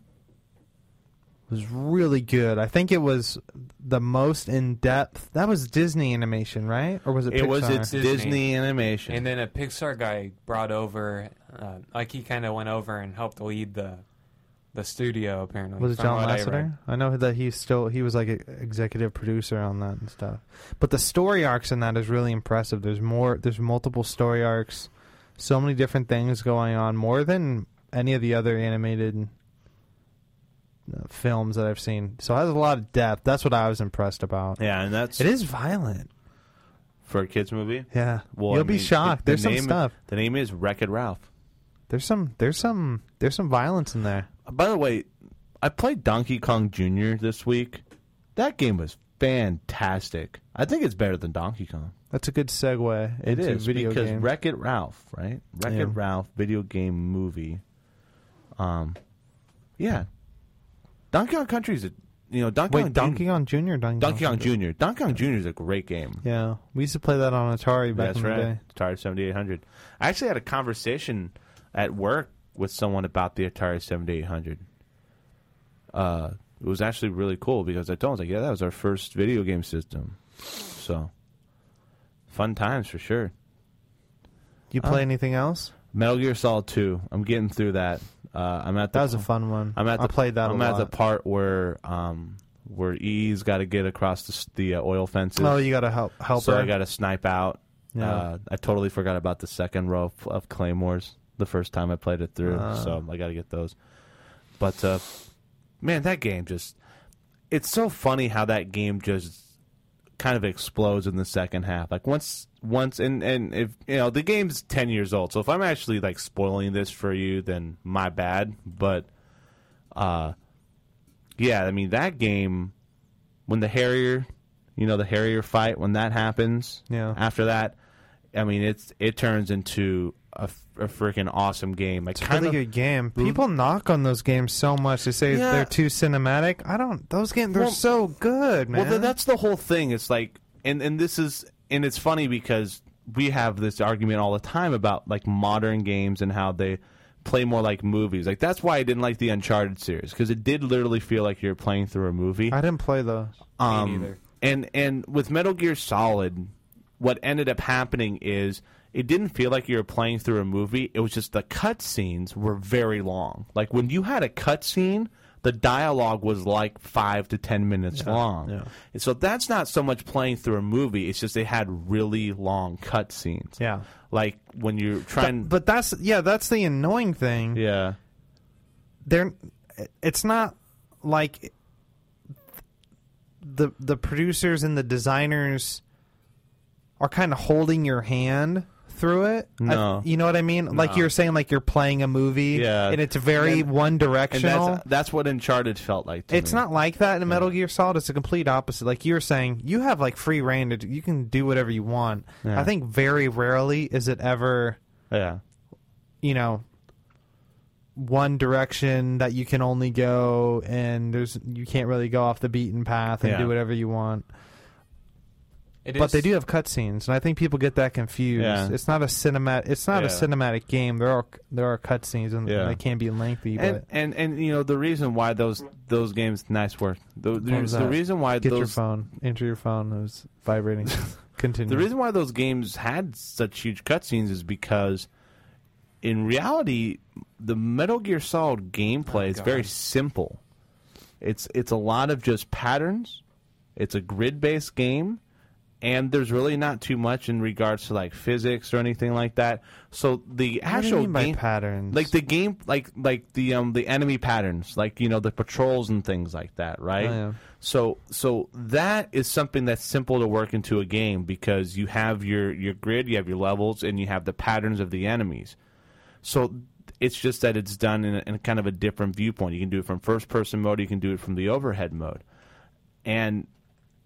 S4: was really good. I think it was the most in depth. That was Disney animation, right? Or was it?
S2: It
S4: Pixar?
S2: was its Disney,
S6: Disney.
S2: animation.
S6: And then a Pixar guy brought over, uh, like he kind of went over and helped lead the the studio. Apparently,
S4: Was it
S6: from
S4: John
S6: what I read.
S4: Lasseter? I, know that he's still he was like an executive producer on that and stuff. But the story arcs in that is really impressive. There's more. There's multiple story arcs. So many different things going on, more than any of the other animated uh, films that I've seen. So it has a lot of depth. That's what I was impressed about.
S2: yeah, and that's
S4: It is violent.
S2: for a kids movie.
S4: Yeah,
S2: Well,
S4: you'll
S2: I
S4: be
S2: mean,
S4: shocked.
S2: the- the
S4: there's some
S2: name-
S4: stuff.
S2: The name is Wreck It Ralph.
S4: There's some. There's some. There's some violence in there.
S2: By the way, I played Donkey Kong Jr. this week. That game was fantastic. I think it's better than Donkey Kong.
S4: That's a good segue.
S2: It
S4: into
S2: is
S4: video
S2: because
S4: game.
S2: Wreck It Ralph, right? Wreck It
S4: Yeah.
S2: Ralph video game movie. Um, yeah, Donkey Kong Country is a you know Donkey Kong
S4: Wait, Donkey
S2: Jr.
S4: Kong Jr. or Donkey,
S2: Donkey Kong
S4: Country?
S2: Jr. Donkey Kong Jr. is a great game.
S4: Yeah, we used to play that on Atari back
S2: That's
S4: in the day.
S2: right. Atari 7800. I actually had a conversation at work with someone about the Atari 7800. Uh, it was actually really cool because I told him, like, yeah, that was our first video game system. So, fun times for sure.
S4: You
S2: Oh.
S4: play anything else?
S2: Metal Gear Solid 2. I'm getting through that. Uh, I'm at the
S4: That was a fun one.
S2: I'm at
S4: I
S2: the,
S4: played that.
S2: I'm
S4: a
S2: at
S4: lot.
S2: the part where um where E's got to get across the, s- the uh, oil fences.
S4: Oh, you got to help help
S2: So
S4: her.
S2: I got to snipe out.
S4: Yeah.
S2: Uh, I totally forgot about the second row of, of claymores the first time I played it through,
S4: Ah.
S2: so I got to get those. But uh, man, that game just—it's so funny how that game just kind of explodes in the second half. Like once, once, and and if you know the game's ten years old, so if I'm actually like spoiling this for you, then my bad. But uh, yeah, I mean that game when the Harrier, you know, the Harrier fight when that happens.
S4: Yeah.
S2: After that, I mean it's it turns into a, f- a freaking awesome game. Like
S4: it's a
S2: kind
S4: really
S2: of
S4: good game. People knock on those games so much. They say
S2: Yeah.
S4: they're too cinematic. I don't. Those games they're
S2: Well-
S4: so good, man.
S2: Well, th- that's the whole thing. It's like, and and this is, and it's funny because we have this argument all the time about like modern games and how they play more like movies. Like that's why I didn't like the Uncharted series because it did literally feel like you're playing through a movie.
S4: I didn't play those.
S2: Um,
S6: neither.
S2: And and with Metal Gear Solid, what ended up happening is it didn't feel like you were playing through a movie. It was just the cutscenes were very long. Like when you had a cutscene, the dialogue was like five to ten minutes long.
S4: yeah.
S2: And so that's not so much playing through a movie. It's just they had really long cutscenes.
S4: Yeah.
S2: Like when you're trying.
S4: But, but that's yeah. That's the annoying thing.
S2: yeah.
S4: they're it's not like the the producers and the designers are kind of holding your hand through it. I-
S2: No.
S4: you know what I mean? Like you're saying like you're playing a movie
S2: Yeah.
S4: and it's very
S2: And-
S4: one
S2: And
S4: directional.
S2: that's, that's what Uncharted felt like. To
S4: it's
S2: me.
S4: not like that in Metal Gear Solid. It's the complete opposite. Like you were saying, you have like free reign to you can do whatever you want.
S2: Yeah.
S4: I think very rarely is it ever
S2: Yeah.
S4: you know one direction that you can only go and there's you can't really go off the beaten path and
S2: Yeah.
S4: do whatever you want
S6: It
S4: but
S6: is-
S4: they do have cutscenes and i think people get that confused
S2: Yeah.
S4: it's not a cinematic it's not a
S2: Yeah.
S4: cinematic game there are there are cutscenes and
S2: Yeah.
S4: they can be lengthy
S2: and, and and you know the reason why those those games nice work the,
S4: What was
S2: the, the
S4: that?
S2: reason why
S4: but get your
S2: those
S4: phone into your phone it was vibrating continue
S2: the reason why those games had such huge cutscenes is because in reality the Metal Gear Solid gameplay is very simple. It's it's a lot of just patterns. It's a grid based game, and there's really not too much in regards to like physics or anything like that. So the
S4: what do
S2: actual
S4: you mean by
S2: game,
S4: patterns
S2: like the game like like the um the enemy patterns like you know the patrols and things like that right
S4: Oh, yeah.
S2: so so that is something that's simple to work into a game because you have your your grid you have your levels and you have the patterns of the enemies So it's just that it's done in, a, in kind of a different viewpoint. You can do it from first person mode. You can do it from the overhead mode. And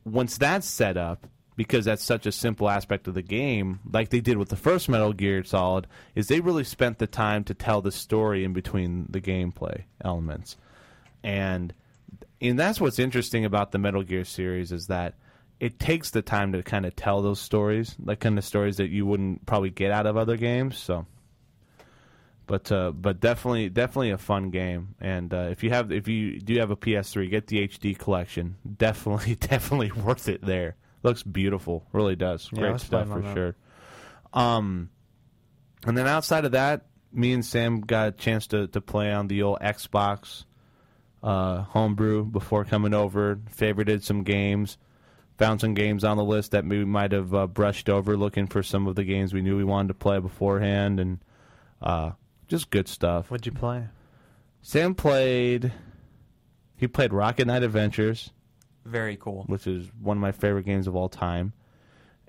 S2: once that's set up, because that's such a simple aspect of the game, like they did with the first Metal Gear Solid, is they really spent the time to tell the story in between the gameplay elements. And and that's what's interesting about the Metal Gear series is that it takes the time to kind of tell those stories, like kind of stories that you wouldn't probably get out of other games. So, but uh, but definitely definitely a fun game. And uh, if you have if you do have a PS3, get the HD collection. Definitely definitely worth it. There looks beautiful, really does.
S6: Yeah, I
S2: Great
S6: was
S2: stuff
S6: playing
S2: for
S6: on that.
S2: sure. Um, and then outside of that, me and Sam got a chance to to play on the old Xbox uh, homebrew before coming over. Favorited some games, found some games on the list that we might have uh, brushed over, looking for some of the games we knew we wanted to play beforehand, and uh, just good stuff.
S4: What'd you play?
S2: Sam played. He played Rocket Knight Adventures,
S6: Very cool.
S2: which is one of my favorite games of all time.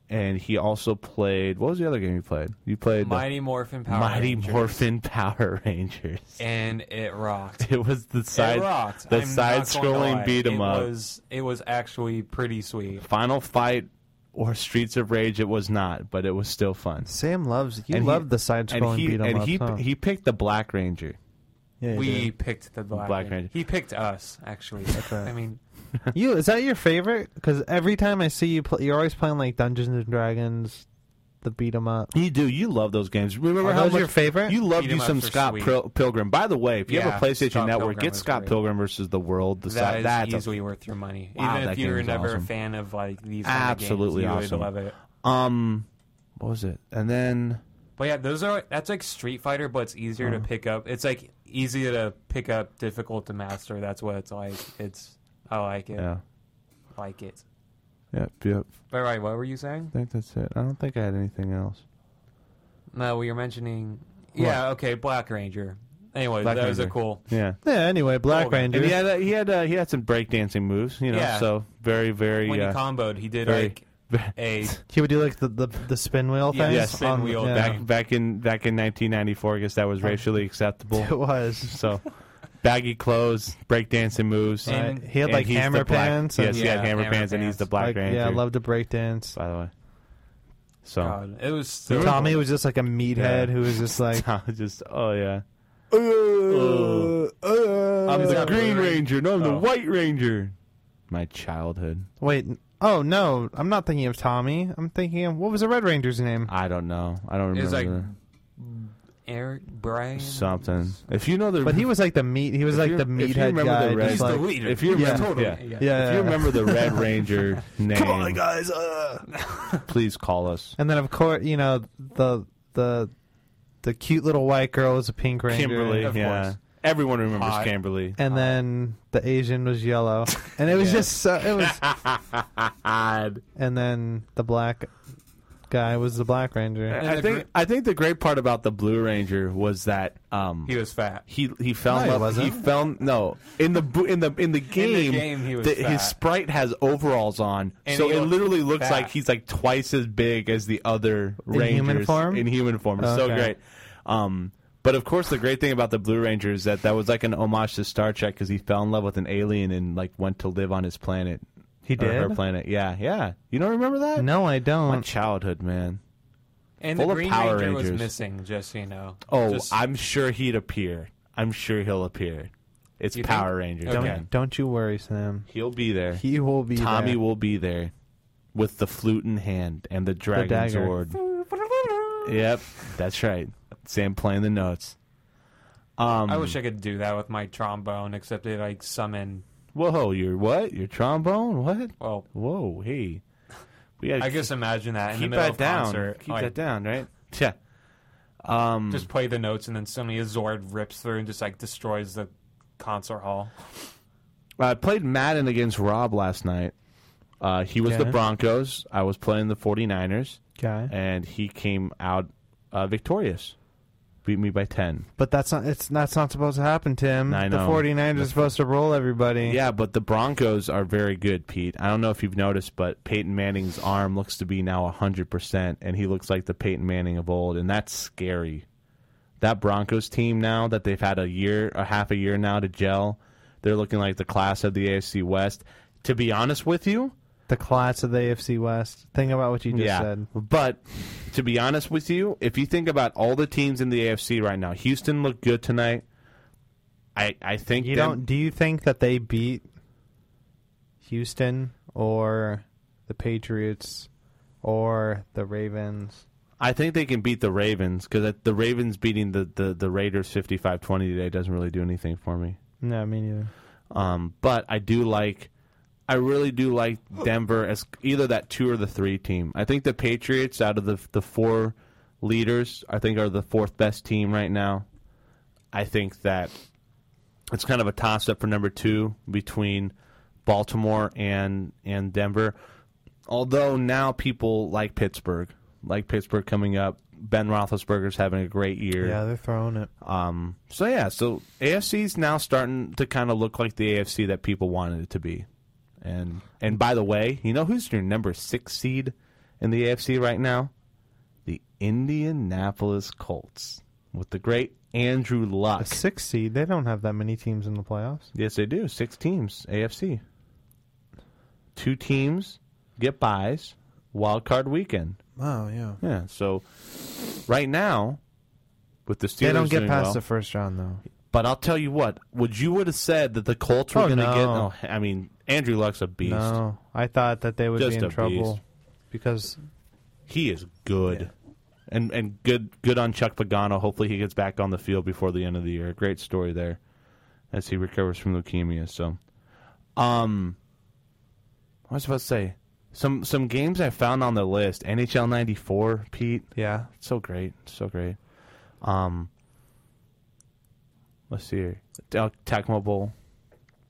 S2: And he also played. What was the other game you played? You played uh,
S6: Mighty Morphin Power.
S2: Mighty
S6: Rangers.
S2: Morphin Power Rangers.
S6: and it rocked.
S2: It was the side,
S6: it rocked.
S2: the
S6: I'm
S2: side
S6: not going to
S2: scrolling
S6: lie.
S2: beat 'em
S6: it
S2: up.
S6: Was, it was actually pretty sweet.
S2: Final Fight or Streets of Rage, it was not, but it was still fun.
S4: Sam loves you
S2: And he-
S4: love the side
S2: and
S4: scrolling
S2: he
S4: beat 'em
S2: and
S4: ups,
S2: he
S4: huh?
S2: he picked the Black Ranger.
S4: Yeah, you
S6: We
S4: did.
S6: picked the Black,
S2: Black
S6: Ranger.
S2: Ranger.
S6: He picked us, actually.
S4: right.
S6: I mean,
S4: you is that your favorite? Because every time I see you, play, you're always playing like Dungeons and Dragons, the beat 'em up.
S2: You do. You love those games. Remember
S4: Are
S2: how
S4: those
S2: much
S4: your favorite?
S2: You love
S6: Beat
S2: you
S6: 'em
S2: some
S6: ups are
S2: Scott
S6: sweet.
S2: Pil- Pilgrim. By the way, if you
S6: Yeah,
S2: have a PlayStation
S6: Scott
S2: Network,
S6: Pilgrim
S2: get
S6: was
S2: Scott
S6: great.
S2: Pilgrim versus the World. The
S6: that
S2: side,
S6: is
S2: that's a-
S6: easily worth your money.
S2: Wow,
S6: Even
S2: that
S6: if you
S2: game
S6: were
S2: is
S6: never
S2: awesome.
S6: a fan of like these
S2: Absolutely
S6: kind of games,
S2: awesome.
S6: you would love it.
S2: um, what was it? And then
S6: But yeah, those are that's like Street Fighter, but it's easier
S2: Uh-huh.
S6: to pick up. It's like easier to pick up, difficult to master. That's what it's like. It's I like it,
S2: yeah,
S6: like it.
S2: yep, yep.
S6: But right, what were you saying?
S2: I think that's it. I don't think I had anything else.
S6: No, we were mentioning. Yeah, okay, Black Ranger. Anyway,
S2: Black
S6: that was a
S2: Ranger.
S6: cool.
S2: Yeah.
S4: Yeah. Anyway, Black
S6: Cool.
S4: Ranger.
S2: And he had uh, he had uh, he had some breakdancing moves, you know.
S6: Yeah.
S2: So very very
S6: When
S2: uh,
S6: he comboed, he did
S2: very-
S6: like a
S4: He would do like the the, the spin wheel
S6: Yeah,
S4: thing.
S2: Yes.
S6: spin
S4: on-
S6: wheel
S4: yeah.
S2: back back in back in 1994. I guess that was racially acceptable.
S4: It was.
S2: So baggy clothes, breakdancing moves.
S6: And-
S4: Right. He had
S2: And
S4: like
S2: he's the
S4: hammer
S2: black-
S4: pants.
S2: Yes,
S4: and,
S2: he had
S6: Yeah,
S2: hammer,
S6: hammer
S2: pants, and he's
S6: pants.
S2: the black
S4: like,
S2: ranger.
S4: yeah, I love to break dance.
S2: by the way. So
S6: God. It was so
S4: Tommy was just like a meathead who was just like,
S2: Tom just oh yeah.
S6: Uh,
S2: Oh.
S6: I'm the Green
S2: Ranger, no, I'm
S6: the uh, Oh.
S2: White Ranger. My childhood.
S4: wait, n- oh no, I'm not thinking of Tommy. I'm thinking of what was the Red Ranger's name?
S2: I don't know. I don't
S6: It was
S2: remember
S6: Eric Bryan.
S2: something. If you know the
S4: But he was like the meat. He was
S2: If
S4: like
S2: you-
S4: the
S2: if you
S4: meathead
S2: remember
S4: guy.
S2: the Red-
S4: just
S6: He's
S4: like,
S6: the leader.
S2: if you
S4: Yeah.
S2: remember,
S6: Totally.
S2: yeah.
S6: Yeah.
S4: yeah,
S2: if you remember the Red Ranger name,
S4: uh, guys. uh.
S2: please call us.
S4: And then of course, you know the the the cute little white girl was a pink ranger.
S2: Kimberly,
S6: Of
S2: yeah.
S6: course.
S2: Everyone remembers
S6: Hot.
S2: Kimberly.
S4: And then the Asian was yellow, and it was
S6: Yeah.
S4: just so, it was. and then the black guy was the Black Ranger.
S6: And
S2: I
S6: the
S2: think
S6: gr-
S2: I think the great part about the Blue Ranger was that um,
S6: He was fat.
S2: he he fell in
S4: No, he
S2: love. He,
S4: wasn't.
S2: fell no in the bo- in the in the game.
S6: game, he was
S2: the-
S6: fat.
S2: his sprite has overalls on,
S6: And
S2: so
S6: he
S2: it
S6: looked
S2: literally looks
S6: fat.
S2: like he's like twice as big as the other rangers
S4: human form?
S2: In human form, it's so
S4: Okay.
S2: great. Um, but of course, the great thing about the Blue Ranger is that that was like an homage to Star Trek because he fell in love with an alien and like went to live on his planet.
S4: He
S2: Or her
S4: did?
S2: planet. Yeah, yeah. You don't remember that?
S4: No, I
S2: My
S4: don't.
S2: childhood, man.
S6: And
S2: Full
S6: the
S2: of
S6: Green
S2: Power
S6: Ranger was
S2: Rangers.
S6: missing, just so you know.
S2: Oh,
S6: Just-
S2: I'm sure he'd appear. I'm sure he'll appear. It's
S6: You think?
S2: Power Rangers.
S6: Okay.
S2: man.
S4: Don't don't you worry, Sam.
S2: He'll be there.
S4: He will be
S2: Tommy
S4: there.
S2: will be there with the flute in hand and the dragon
S4: dagger.
S2: sword. yep, that's right. Sam playing the notes. Um,
S6: I wish I could do that with my trombone, except it like summon.
S2: whoa, your what? Your trombone? What?
S6: Well,
S2: Whoa, hey. We gotta
S6: I just imagine that in the
S2: keep
S6: middle
S2: that
S6: of
S2: down.
S6: concert,
S2: Keep
S6: like,
S2: that down, right? Yeah. Um,
S6: just play the notes, and then suddenly a Zord rips through and just like destroys the concert hall.
S2: I played Madden against Rob last night. Uh, he was the
S4: Okay.
S2: Broncos. I was playing the 49ers,
S4: guy.
S2: and he came out uh, victorious. Beat me by 10.
S4: But that's not it's that's not supposed to happen, Tim.
S2: I know.
S4: The 49ers are supposed to roll everybody.
S2: Yeah, but the Broncos are very good, Pete. I don't know if you've noticed, but Peyton Manning's arm looks to be now 100%, and he looks like the Peyton Manning of old, and that's scary. that Broncos team now that they've had a year, a half a year now to gel, they're looking like the class of the AFC West. To be honest with you,
S4: The class of the AFC West. Think about what you just said.
S2: but to be honest with you, if you think about all the teams in the AFC right now, Houston looked good tonight. I I think
S4: You
S2: them-
S4: don't. Do you think that they beat Houston or the Patriots or the Ravens?
S2: I think they can beat the Ravens because the Ravens beating the, the, the Raiders 55-20 today doesn't really do anything for me.
S4: No, me neither.
S2: Um, but I do like, I really do like Denver as either that two or the three team. I think the Patriots out of the the four leaders, I think are the fourth best team right now. I think that it's kind of a toss up for number two between Baltimore and and Denver. Although now people like Pittsburgh, like Pittsburgh coming up. Ben Roethlisberger's having a great year.
S4: Yeah, they're throwing it.
S2: Um, so yeah, so AFC's now starting to kind of look like the AFC that people wanted it to be. And and by the way, you know who's your number six seed in the AFC right now? The Indianapolis Colts with the great Andrew
S4: A
S2: Luck.
S4: six seed. They don't have that many teams in the playoffs.
S2: Yes, they do. Six teams, AFC. Two teams get buys. Wild card weekend.
S4: Oh yeah.
S2: Yeah. So right now, with the Steelers,
S4: They don't get
S2: doing
S4: past
S2: well-
S4: the first round though.
S2: But I'll tell you what, would you would have said that the Colts were
S4: Oh,
S2: going to
S4: no.
S2: get? No, I mean Andrew Luck's a beast.
S4: No, I thought that they would
S2: Just
S4: be
S2: a
S4: in trouble because
S2: He is good, and and good good on Chuck Pagano. Hopefully he gets back on the field before the end of the year. Great story there, as he recovers from leukemia. So, um, what was I about to say? Some some games I found on the list. NHL '94, Pete.
S4: yeah,
S2: So great, so great. Um, let's see here. Del- Tecmo Bowl,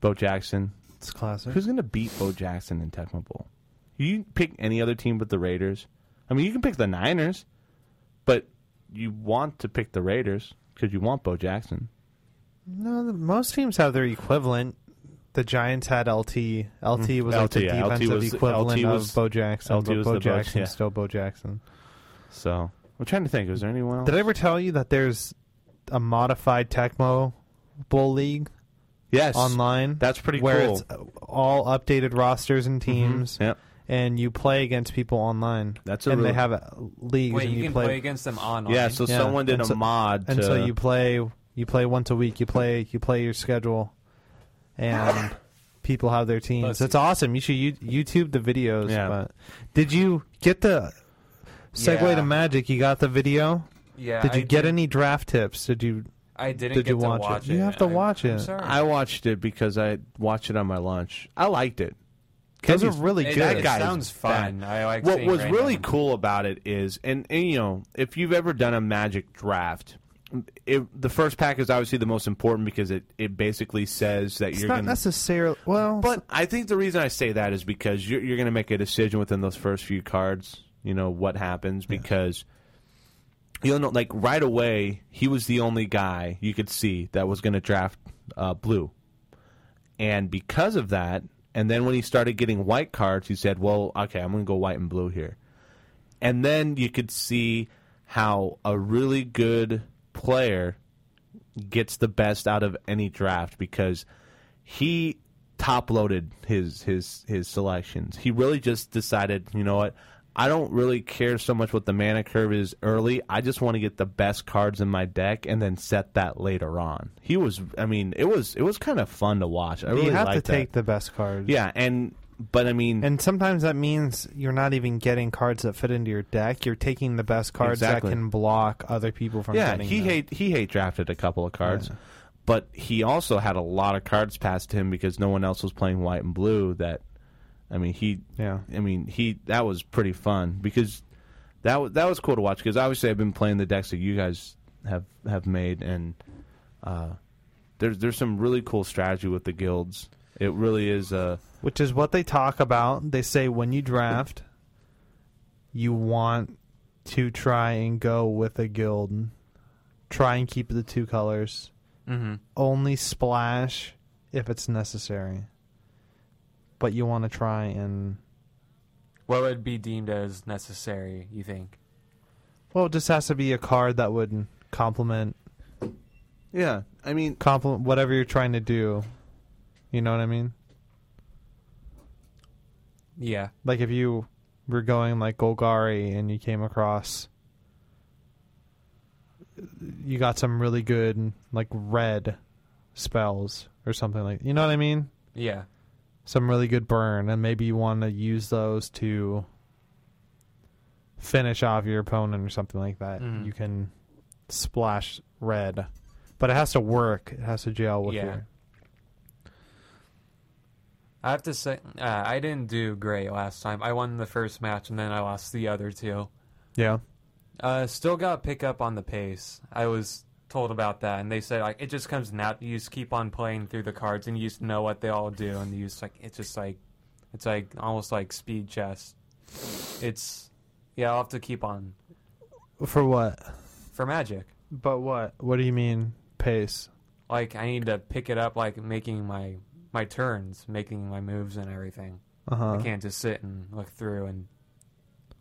S2: Bo Jackson.
S4: it's classic.
S2: Who's gonna beat Bo Jackson in Tecmo Bowl? You can pick any other team but the Raiders. I mean, you can pick the Niners, but you want to pick the Raiders because you want Bo Jackson.
S4: No, the, most teams have their equivalent. The Giants had LT. LT was like
S2: LT,
S4: the
S2: Mm-hmm. yeah, LT
S4: defensive
S2: was-
S4: equivalent
S2: LT
S4: of
S2: was-
S4: Bo Jackson.
S2: LT
S4: but
S2: was
S4: Bo
S2: the Bo-
S4: Jackson,
S2: yeah.
S4: still Bo Jackson.
S2: So I'm trying to think. Was there anyone else?
S4: Did I ever tell you that there's a modified Tecmo Bowl league
S2: yes.
S4: online?
S2: That's pretty
S4: where
S2: cool. Mm-hmm.
S4: it's all updated rosters and teams,
S2: Yep.
S4: and you play against people online.
S2: That's a
S4: and they
S2: real-
S4: have uh, leagues,
S6: Wait,
S4: and
S6: you,
S4: you,
S6: can play,
S4: play,
S6: against them online.
S2: Yeah. So
S4: Yeah,
S2: someone did
S4: and
S2: a
S4: so-
S2: mod.
S4: and
S2: to,
S4: so you play you play once a week. You play you play your schedule, and people have their teams.
S6: Let's
S4: It's
S6: see.
S4: awesome. You should you, YouTube the videos.
S2: Yeah.
S4: But did you get the segue
S6: Yeah.
S4: to magic? You got the video.
S6: yeah.
S4: did you
S6: I
S4: get
S6: did-
S4: any draft tips? Did you?
S6: I didn't
S4: did
S6: get
S4: you
S6: to
S4: watch it?
S6: watch it.
S4: You have to
S6: I'm-
S4: watch
S6: I'm
S4: it.
S6: sorry.
S2: I watched it because I watched it on my lunch. I liked it.
S4: Those are
S2: Kenny's-
S4: really
S6: It-
S4: good.
S2: That
S6: it
S2: guy is
S6: sounds
S2: bad.
S6: fun. I like.
S2: what
S6: seeing
S2: was
S6: random-
S2: really cool about it is and, and you know if you've ever done a magic draft it, the first pack is obviously the most important because it, it basically says that
S4: it's
S2: you're
S4: not
S2: going to
S4: necessarily well.
S2: but I think the reason I say that is because you're, you're going to make a decision within those first few cards. You know what happens because you'll know like right away. He was the only guy you could see that was going to draft uh, blue, and because of that, and then when he started getting white cards, he said, "Well, okay, I'm going to go white and blue here." And then you could see how a really good player gets the best out of any draft because he top loaded his his his selections. He really just decided, you know what? I don't really care so much what the mana curve is early. I just want to get the best cards in my deck and then set that later on. He was I mean, it was it was kind of fun to watch. I really
S4: you have to
S2: liked that.
S4: take the best cards.
S2: Yeah, and but I mean
S4: And sometimes that means you're not even getting cards that fit into your deck. You're taking the best cards
S2: Exactly.
S4: that can block other people from
S2: yeah,
S4: getting
S2: he
S4: them.
S2: hate he hate drafted a couple of cards,
S4: Yeah.
S2: but he also had a lot of cards passed to him because no one else was playing white and blue. That I mean, he
S4: Yeah.
S2: I mean he that was pretty fun because that was that was cool to watch because obviously I've been playing the decks that you guys have have made and uh, there's there's some really cool strategy with the guilds. It really is uh
S4: which is what they talk about. They say when you draft, you want to try and go with a guild. Try and keep the two colors.
S6: Mhm.
S4: Only splash if it's necessary. But you want to try and
S6: What would be deemed as necessary? You think?
S4: well, it just has to be a card that would complement
S2: Yeah, I mean,
S4: compliment whatever you're trying to do. You know what I mean?
S6: Yeah.
S4: Like if you were going like Golgari and you came across you got some really good like red spells or something like you know what I mean?
S6: Yeah.
S4: Some really good burn and maybe you want to use those to finish off your opponent or something like that.
S6: Mhm.
S4: You can splash red. But it has to work. It has to gel with
S6: Yeah.
S4: your
S6: I have to say, uh, I didn't do great last time. I won the first match and then I lost the other two.
S4: Yeah.
S6: Uh, still got to pick up on the pace. I was told about that, and they said like it just comes nat. You just keep on playing through the cards, and you just know what they all do, and you just like it's just like it's like almost like speed chess. It's yeah, I'll have to keep on
S4: For what?
S6: for magic.
S4: But what? What do you mean pace?
S6: Like I need to pick it up, like making my my turns, making my moves and everything.
S4: Uh huh.
S6: I can't just sit and look through and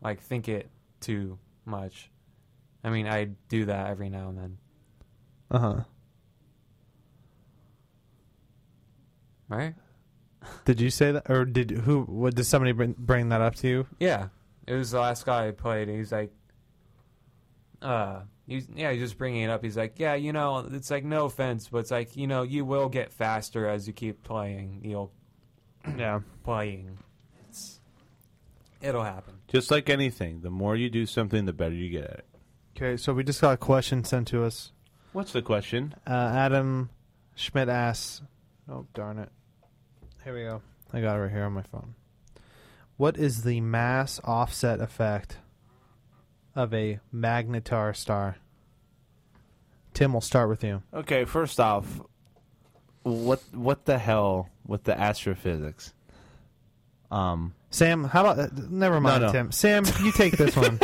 S6: like think it too much. I mean, I do that every now and then,
S4: Uh huh.
S6: right?
S4: Did you say that, or did who? What did somebody bring, bring that up to you?
S6: Yeah, it was the last guy I played. and He's like, uh, he's yeah, he's just bringing it up. He's like, yeah, you know, it's like no offense, but it's like you know, you will get faster as you keep playing. You'll
S4: Yeah.
S6: playing. It's it'll happen.
S2: just like anything, the more you do something, the better you get at it.
S4: Okay, so we just got a question sent to us.
S2: What's the question?
S4: Uh, Adam Schmidt asks. Oh darn it! Here we go. I got it right here on my phone. What is the mass offset effect of a magnetar star? Tim, we'll start with you.
S2: Okay, first off, what what the hell with the astrophysics? Um,
S4: Sam, how about? Uh, never mind,
S2: no.
S4: Tim. Sam, you take this one.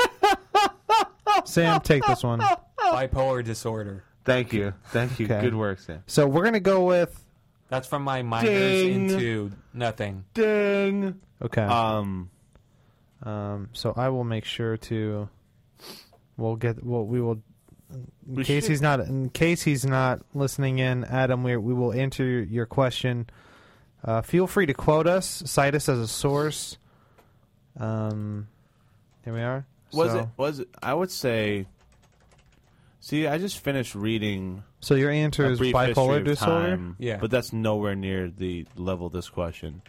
S4: Sam, take this one.
S2: Oh.
S6: Bipolar disorder.
S2: thank you, thank you.
S4: Okay.
S2: Good work, Sam.
S4: So we're gonna go with
S6: That's from my minors
S2: Ding.
S6: into nothing.
S2: Ding.
S4: okay.
S2: Um,
S4: um, so I will make sure to. We'll get. Well, we will. In
S2: We
S4: case
S2: should-
S4: he's not. In case he's not listening in, Adam, we we will answer your question. Uh, feel free to quote us, cite us as a source. Um, here we are.
S2: was
S4: so,
S2: it was it, I would say. See, I just finished reading
S4: So your answer
S2: a
S4: is
S2: brief history
S4: bipolar
S2: of
S4: disorder.
S2: Time,
S6: Yeah.
S2: but that's nowhere near the level of this question.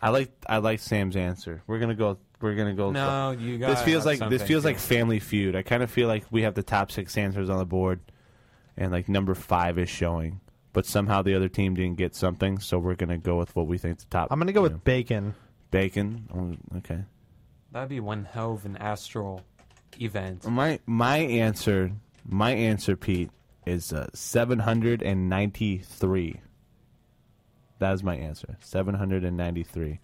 S2: I like I like Sam's answer. We're gonna go. We're gonna go.
S6: No, you got
S2: this feels like this feels like Family Feud. I kind of feel like we have the top six answers on the board, and like number five is showing, but somehow the other team didn't get something. So we're gonna go with what we think the top.
S4: I'm gonna go
S2: you
S4: with
S2: know,
S4: bacon.
S2: bacon. Oh, Okay.
S6: that'd be one hell of an astral event.
S2: My my answer, my answer, Pete, is uh, seven hundred and ninety three. That is my answer. Seven hundred and ninety three.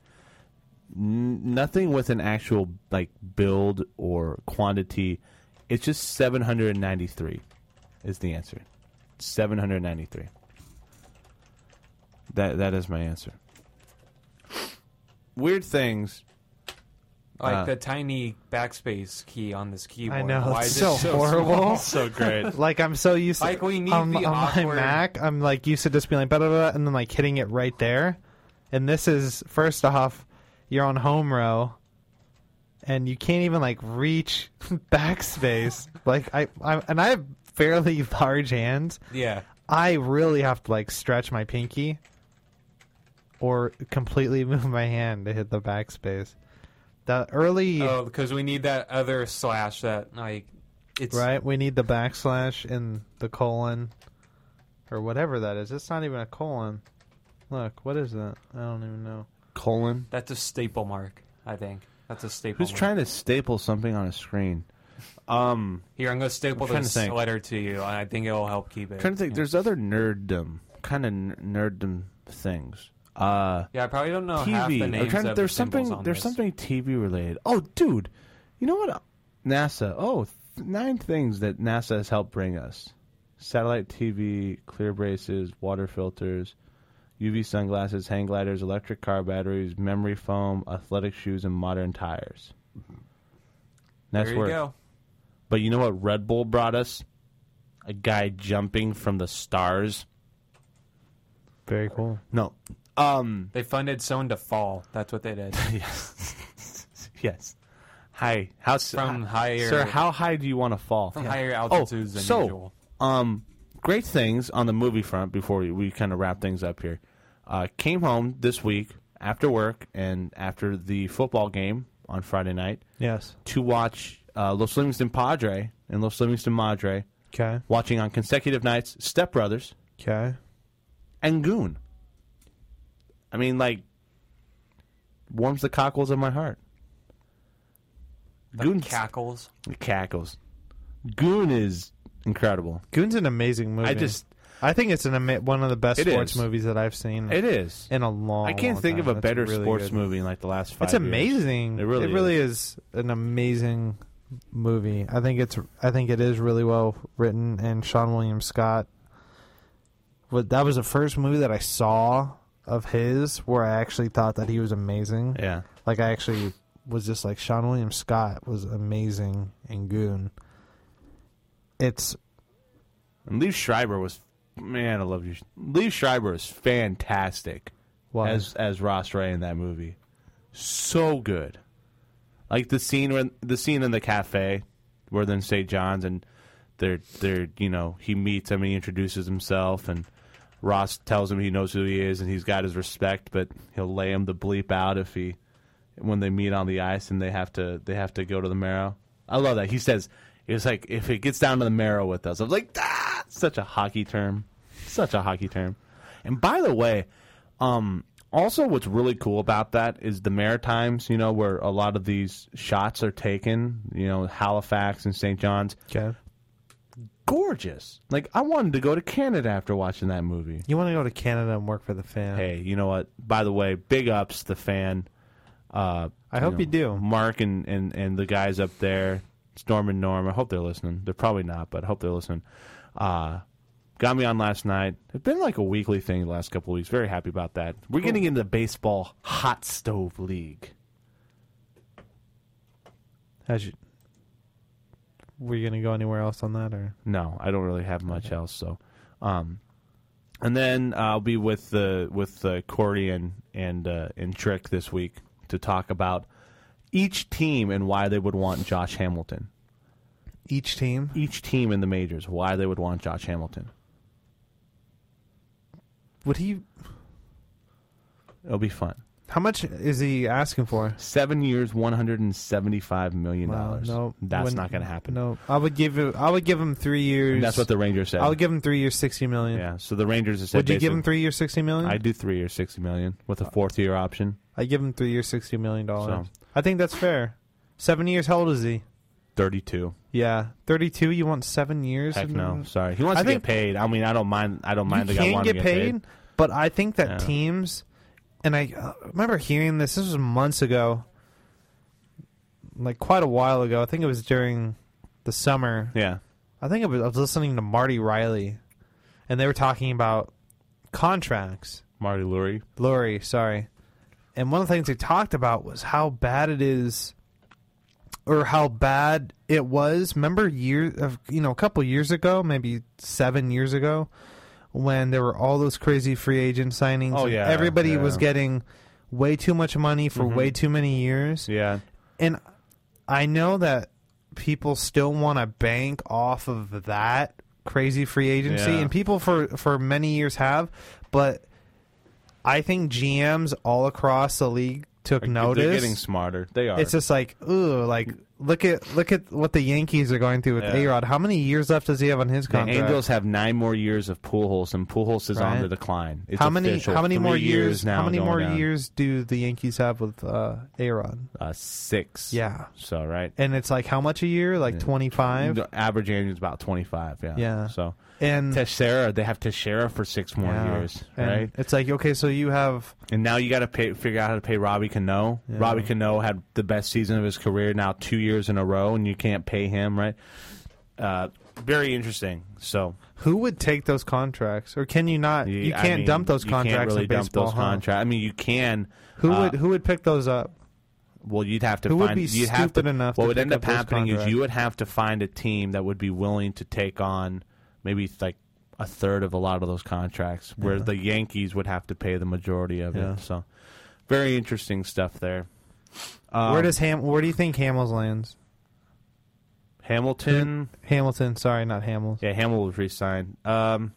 S2: N- nothing with an actual like build or quantity. It's just seven hundred and ninety three, is the answer. Seven hundred ninety three. That that is my answer. Weird things.
S6: Like
S2: Uh,
S6: the tiny backspace key on this keyboard.
S4: I know
S6: Why
S4: it's
S6: is it
S4: so horrible.
S2: So great.
S4: Like I'm so used to
S6: Like, we need
S4: on,
S6: the
S4: on my
S6: awkward-
S4: Mac, I'm like used to just being like blah, blah, blah, and then like hitting it right there. And this is first off, you're on home row, and you can't even like reach backspace. like I, I and I have fairly large hands.
S6: Yeah.
S4: I really have to like stretch my pinky, or completely move my hand to hit the backspace. The early
S6: Oh, because we need that other slash that like it's
S4: Right? We need the backslash and the colon or whatever that is. It's not even a colon. Look, what is that? I don't even know.
S2: Colon.
S6: that's a staple mark. I think that's a staple.
S2: Who's
S6: mark.
S2: trying to staple something on a screen? Um,
S6: Here, I'm gonna staple
S2: I'm trying to
S6: this
S2: think.
S6: letter to you, and I think it'll help keep it.
S2: trying to think. There's other nerddom, kind of nerddom things. Uh,
S6: yeah, I probably don't know half the
S2: TV. I'm
S6: names
S2: trying to-
S6: of
S2: there's
S6: the symbols
S2: something.
S6: on
S2: There's
S6: this.
S2: something TV related. Oh, dude, you know what? NASA. Oh, th- nine things that NASA has helped bring us: satellite TV, clear braces, water filters, UV sunglasses, hang gliders, electric car batteries, memory foam, athletic shoes, and modern tires.
S6: There
S2: That's
S6: you
S2: where
S6: go.
S2: But you know what Red Bull brought us? A guy jumping from the stars.
S4: Very cool.
S2: No. Um
S6: They funded someone to fall. That's what they did.
S2: yes. Hi. How s-
S6: From
S2: hi-
S6: higher-
S2: Sir, how high do you want to fall?
S6: From higher altitudes than
S2: Oh, so,
S6: usual.
S2: Um great things on the movie front before we, we kind of wrap things up here. Uh came home this week after work and after the football game on Friday night
S4: Yes.
S2: to watch uh, Los Livingston Padre and Los Livingston Madre
S4: Okay.
S2: watching on consecutive nights Step Brothers
S4: Okay.
S2: and Goon. I mean, like, warms the cockles of my heart.
S6: The
S2: Goon
S6: cackles.
S2: cackles. Goon is incredible.
S4: Goon's an amazing movie.
S2: I just,
S4: I think it's an ama- one of the best
S2: It
S4: sports
S2: is.
S4: movies that I've seen
S2: it is.
S4: in a long.
S2: I can't
S4: long
S2: think of
S4: time.
S2: a
S4: It's
S2: better
S4: really
S2: sports
S4: good.
S2: movie in like the last five.
S4: It's
S2: years.
S4: amazing.
S2: It really
S4: is. an amazing movie. I think it's I think it is really well written and Sean William Scott. But that was the first movie that I saw of his where I actually thought that he was amazing.
S2: Yeah.
S4: Like I actually was just like Sean William Scott was amazing in Goon. It's
S2: And Lee Schreiber was, man, I love you. Lee Schreiber is fantastic.
S4: Why?
S2: as as Ross Ray in that movie. So good. Like the scene when the scene in the cafe where they're in St. John's and they're they're you know, he meets him and he introduces himself and Ross tells him he knows who he is and he's got his respect, but he'll lay him the bleep out if he when they meet on the ice and they have to they have to go to the marrow. I love that. He says it's like if it gets down to the marrow with us. I was like, ah! such a hockey term, such a hockey term. And by the way, um, also what's really cool about that is the Maritimes. You know where a lot of these shots are taken. You know Halifax and St. John's,
S4: okay.
S2: gorgeous. Like I wanted to go to Canada after watching that movie.
S4: You want to go to Canada and work for the fan.
S2: Hey, you know what? By the way, big ups the fan. Uh,
S4: I hope you do.
S2: Mark and, and, and the guys up there, Storm and Norm. I hope they're listening. They're probably not, but I hope they're listening. Uh, got me on last night. It's been like a weekly thing the last couple of weeks. Very happy about that. We're getting into the baseball hot stove league.
S4: How's you, were you gonna go anywhere else on that or
S2: No, I don't really have much else. So, um, and then I'll be with the with uh, Cordy and and uh, and Trick this week to talk about each team and why they would want Josh Hamilton.
S4: each team?
S2: Each team in the majors, why they would want Josh Hamilton.
S4: Would he
S2: It'll be fun.
S4: How much is he asking for?
S2: Seven years, one hundred and seventy-five million
S4: Wow,
S2: dollars.
S4: no,
S2: that's
S4: wouldn't-
S2: not going to happen.
S4: No, I would give him. I would give him three years.
S2: And that's what the Rangers said.
S4: I would give him three years, sixty million.
S2: yeah. So the Rangers have said.
S4: would you give him
S2: basically,
S4: three years, sixty million?
S2: I do three years, sixty million with a fourth year option,
S4: I give him three years, sixty million dollars.
S2: So-
S4: I think that's fair. Seven years. How old is he?
S2: thirty-two.
S4: Yeah, thirty-two. You want seven years?
S2: Heck
S4: of-
S2: no, sorry. He wants
S4: I
S2: to
S4: think-
S2: get paid. I mean, I don't mind. I don't
S4: You
S2: mind the guy
S4: can
S2: wanting
S4: get, paid, but I think that
S2: Yeah.
S4: teams, and I uh, remember hearing this. This was months ago, like quite a while ago. I think it was during the summer.
S2: Yeah,
S4: I think I was, I was listening to Marty Riley, and they were talking about contracts.
S2: Marty Lurie.
S4: Lori, sorry. And one of the things they talked about was how bad it is, or how bad it was. Remember, year of you know, a couple years ago, maybe seven years ago, when there were all those crazy free agent signings.
S2: Oh,
S4: and
S2: yeah,
S4: everybody
S2: yeah. Mm-hmm.
S4: was getting way too much money for way too many years.
S2: Yeah,
S4: And I know that people still want to bank off of that crazy free agency,
S2: Yeah.
S4: and people for for many years have, but I think GMs all across the league took
S2: they're
S4: notice.
S2: getting smarter. They are.
S4: it's just like ooh, like look at look at what the Yankees are going through with
S2: Yeah.
S4: A Rod. How many years left does he have on his
S2: the
S4: contract?
S2: Angels have nine more years of Pujols, and Pujols is
S4: Right.
S2: on the decline. It's
S4: how many
S2: official.
S4: how many
S2: Three
S4: more years,
S2: now?
S4: how many
S2: going
S4: more
S2: down.
S4: years do the Yankees have with uh, A Rod?
S2: Uh, six.
S4: Yeah.
S2: So right.
S4: And it's like how much a year? Like twenty five.
S2: The average annual is about twenty five. Yeah.
S4: Yeah.
S2: So
S4: And
S2: Teixeira, they have Teixeira for six more years,
S4: And
S2: right?
S4: It's like okay, so you have
S2: And now you got to pay, figure out how to pay Robbie Cano. Robbie Cano had the best season of his career now two years in a row, and you can't pay him, right? Uh, very interesting. So
S4: who would take those contracts, or can you not? You
S2: I
S4: can't
S2: mean,
S4: dump those
S2: you can't
S4: contracts
S2: really
S4: in
S2: dump
S4: baseball.
S2: those
S4: huh?
S2: contracts. I mean, you can.
S4: Who
S2: uh,
S4: would who would pick those up?
S2: Well, you'd have to
S4: Who would
S2: find.
S4: be
S2: you'd have
S4: stupid
S2: to,
S4: enough
S2: What
S4: to
S2: would
S4: pick
S2: end up
S4: up his
S2: happening is
S4: contract?
S2: you would have to find a team that would be willing to take on maybe like a third of a lot of those contracts, where the Yankees would have to pay the majority of
S4: Yeah.
S2: it. So, very interesting stuff there. Um,
S4: where does Ham? Where do you think Hamels lands?
S2: Hamilton?
S4: Hamilton, sorry, not Hamels.
S2: Yeah, Hamilton was re-signed. Um,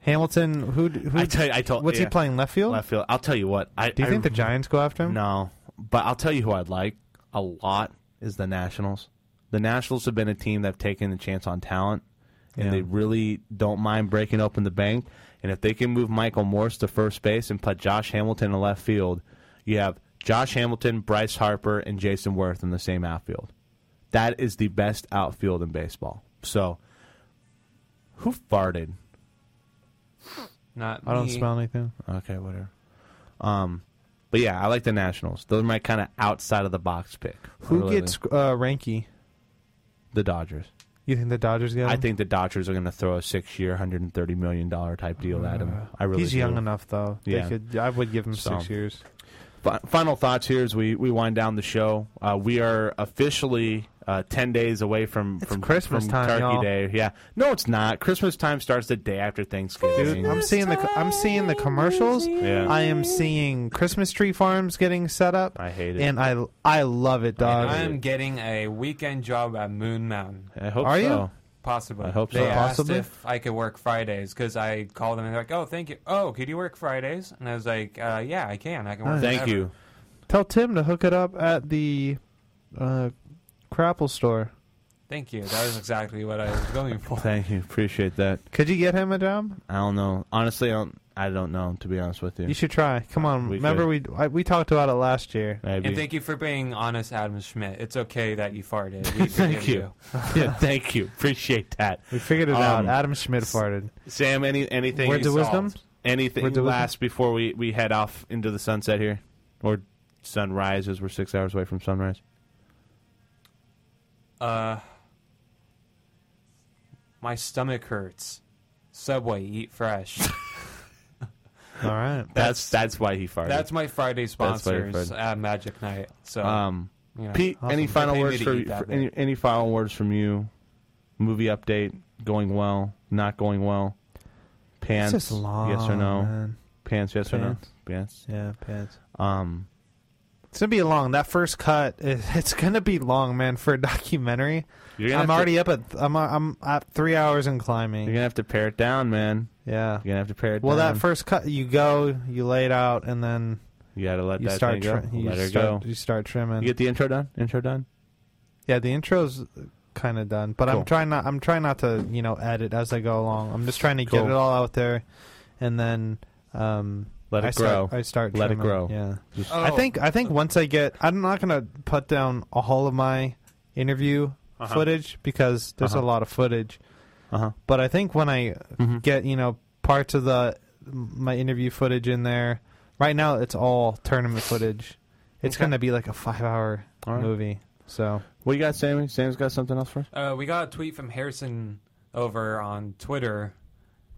S4: Hamilton, who? who
S2: I tell you, I told.
S4: what's
S2: yeah,
S4: he playing left field?
S2: Left field. I'll tell you what. I
S4: Do you
S2: I-
S4: think the Giants go after him?
S2: No, but I'll tell you who I'd like a lot is the Nationals. The Nationals have been a team that've taken a chance on talent, and
S4: Yeah.
S2: they really don't mind breaking open the bank. And if they can move Michael Morse to first base and put Josh Hamilton in left field, you have Josh Hamilton, Bryce Harper, and Jason Worth in the same outfield. That is the best outfield in baseball. So, who farted?
S6: Not
S4: I don't
S6: me.
S4: smell anything.
S2: Okay, whatever. Um, but yeah, I like the Nationals. Those are my kind of outside of the box pick.
S4: Who
S2: Really.
S4: gets uh, Ranky?
S2: the Dodgers?
S4: You think the Dodgers get him?
S2: I think the Dodgers are going to throw a six-year, hundred and thirty million dollar type deal at him. I really
S4: Uh, he's young
S2: do.
S4: enough though.
S2: Yeah.
S4: They could, I would give him
S2: So.
S4: six years.
S2: Fi- Final thoughts here as we, we wind down the show. Uh, we are officially uh, ten days away from from
S4: Christmas
S2: from
S4: time,
S2: Turkey
S4: y'all.
S2: Day. Yeah, no, it's not. Christmas time starts the day after Thanksgiving.
S4: Dude, I'm seeing the I'm seeing the commercials.
S2: yeah,
S4: I am seeing Christmas tree farms getting set up,
S2: I hate it.
S4: and I I love it, dog.
S6: I am getting a weekend job at Moon Mountain,
S2: I hope
S4: Are you?
S2: so.
S6: possibly.
S2: I hope so.
S6: They asked
S4: Possibly?
S6: if I could work Fridays because I called them and they're like, "Oh, thank you. Oh, could you work Fridays?" And I was like, uh, "Yeah, I can. I can work."
S2: Thank
S6: whenever."
S2: you.
S4: Tell Tim to hook it up at the uh, Crapple store.
S6: Thank you. That was exactly what I was going for.
S2: Thank you. Appreciate that.
S4: Could you get him a job?
S2: I don't know. Honestly, I don't, I don't know. To be honest with you,
S4: You should try. Come on,
S2: We
S4: remember we I, we talked about it last year.
S2: Maybe.
S6: And thank you for being honest, Adam Schmidt. It's okay that you farted. We forgive
S2: you. yeah, thank you. Appreciate that.
S4: We figured it
S2: Um,
S4: out. Adam Schmidt farted.
S2: Sam, any anything?
S4: Words of
S2: you-
S4: wisdom.
S2: Anything
S4: Words of wisdom?
S2: last before we we head off into the sunset here, or sunrise as we're six hours away from sunrise.
S6: Uh, my stomach hurts. Subway, eat fresh.
S4: All right.
S2: That's that's why he farted.
S6: That's my Friday
S2: funny,
S6: sponsors
S2: Fred.
S6: at Magic Night. So,
S2: um,
S6: you know,
S2: Pete. Any
S6: Awesome.
S2: final
S6: They paid me
S2: words
S6: to
S2: for,
S6: eat that
S2: for
S6: bit.
S2: any any final words from you? Movie update going well, not going well. Pants,
S4: It's just long.
S2: yes or no?
S4: man.
S2: Pants, yes
S4: Pants.
S2: or no? Yes.
S4: Yeah, pants.
S2: Um,
S4: It's gonna be long. That first cut, it, it's gonna be long, man, for a documentary.
S2: you're gonna have
S4: I'm
S2: to-
S4: already up at I'm I'm at three hours and
S2: You're
S4: climbing.
S2: gonna have to pare it down, man.
S4: Yeah.
S2: You're gonna have to pare it
S4: Well,
S2: down.
S4: that first cut, you go, you lay it out, and then
S2: you gotta let
S4: you
S2: that
S4: start
S2: thing go.
S4: tri- you
S2: let her
S4: start
S2: go.
S4: you start trimming.
S2: You get the intro done. Intro done.
S4: yeah, the intro's kind of done, but
S2: Cool.
S4: I'm trying not I'm trying not to you know edit as I go along. I'm just trying to
S2: Cool.
S4: get it all out there, and then um,
S2: Let it
S4: I start-
S2: grow.
S4: I start
S2: Let it
S4: trimming.
S2: grow.
S4: Yeah.
S2: Just-
S4: I
S6: Oh.
S4: think I think once I get, I'm not gonna put down all of my interview
S2: Uh-huh.
S4: footage because there's
S2: Uh-huh.
S4: a lot of footage.
S2: Uh huh.
S4: But I think when I
S2: Mhm.
S4: get you know parts of the my interview footage in there, right now it's all tournament footage. It's
S2: Okay.
S4: gonna be like a five hour
S2: All right.
S4: movie. So
S2: What you got, Sammy? Sam's got something else for us.
S6: Uh, we got a tweet from Harrison over on Twitter,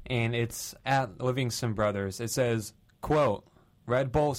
S6: and it's at Livingston Brothers. It says, "Quote: Red Bull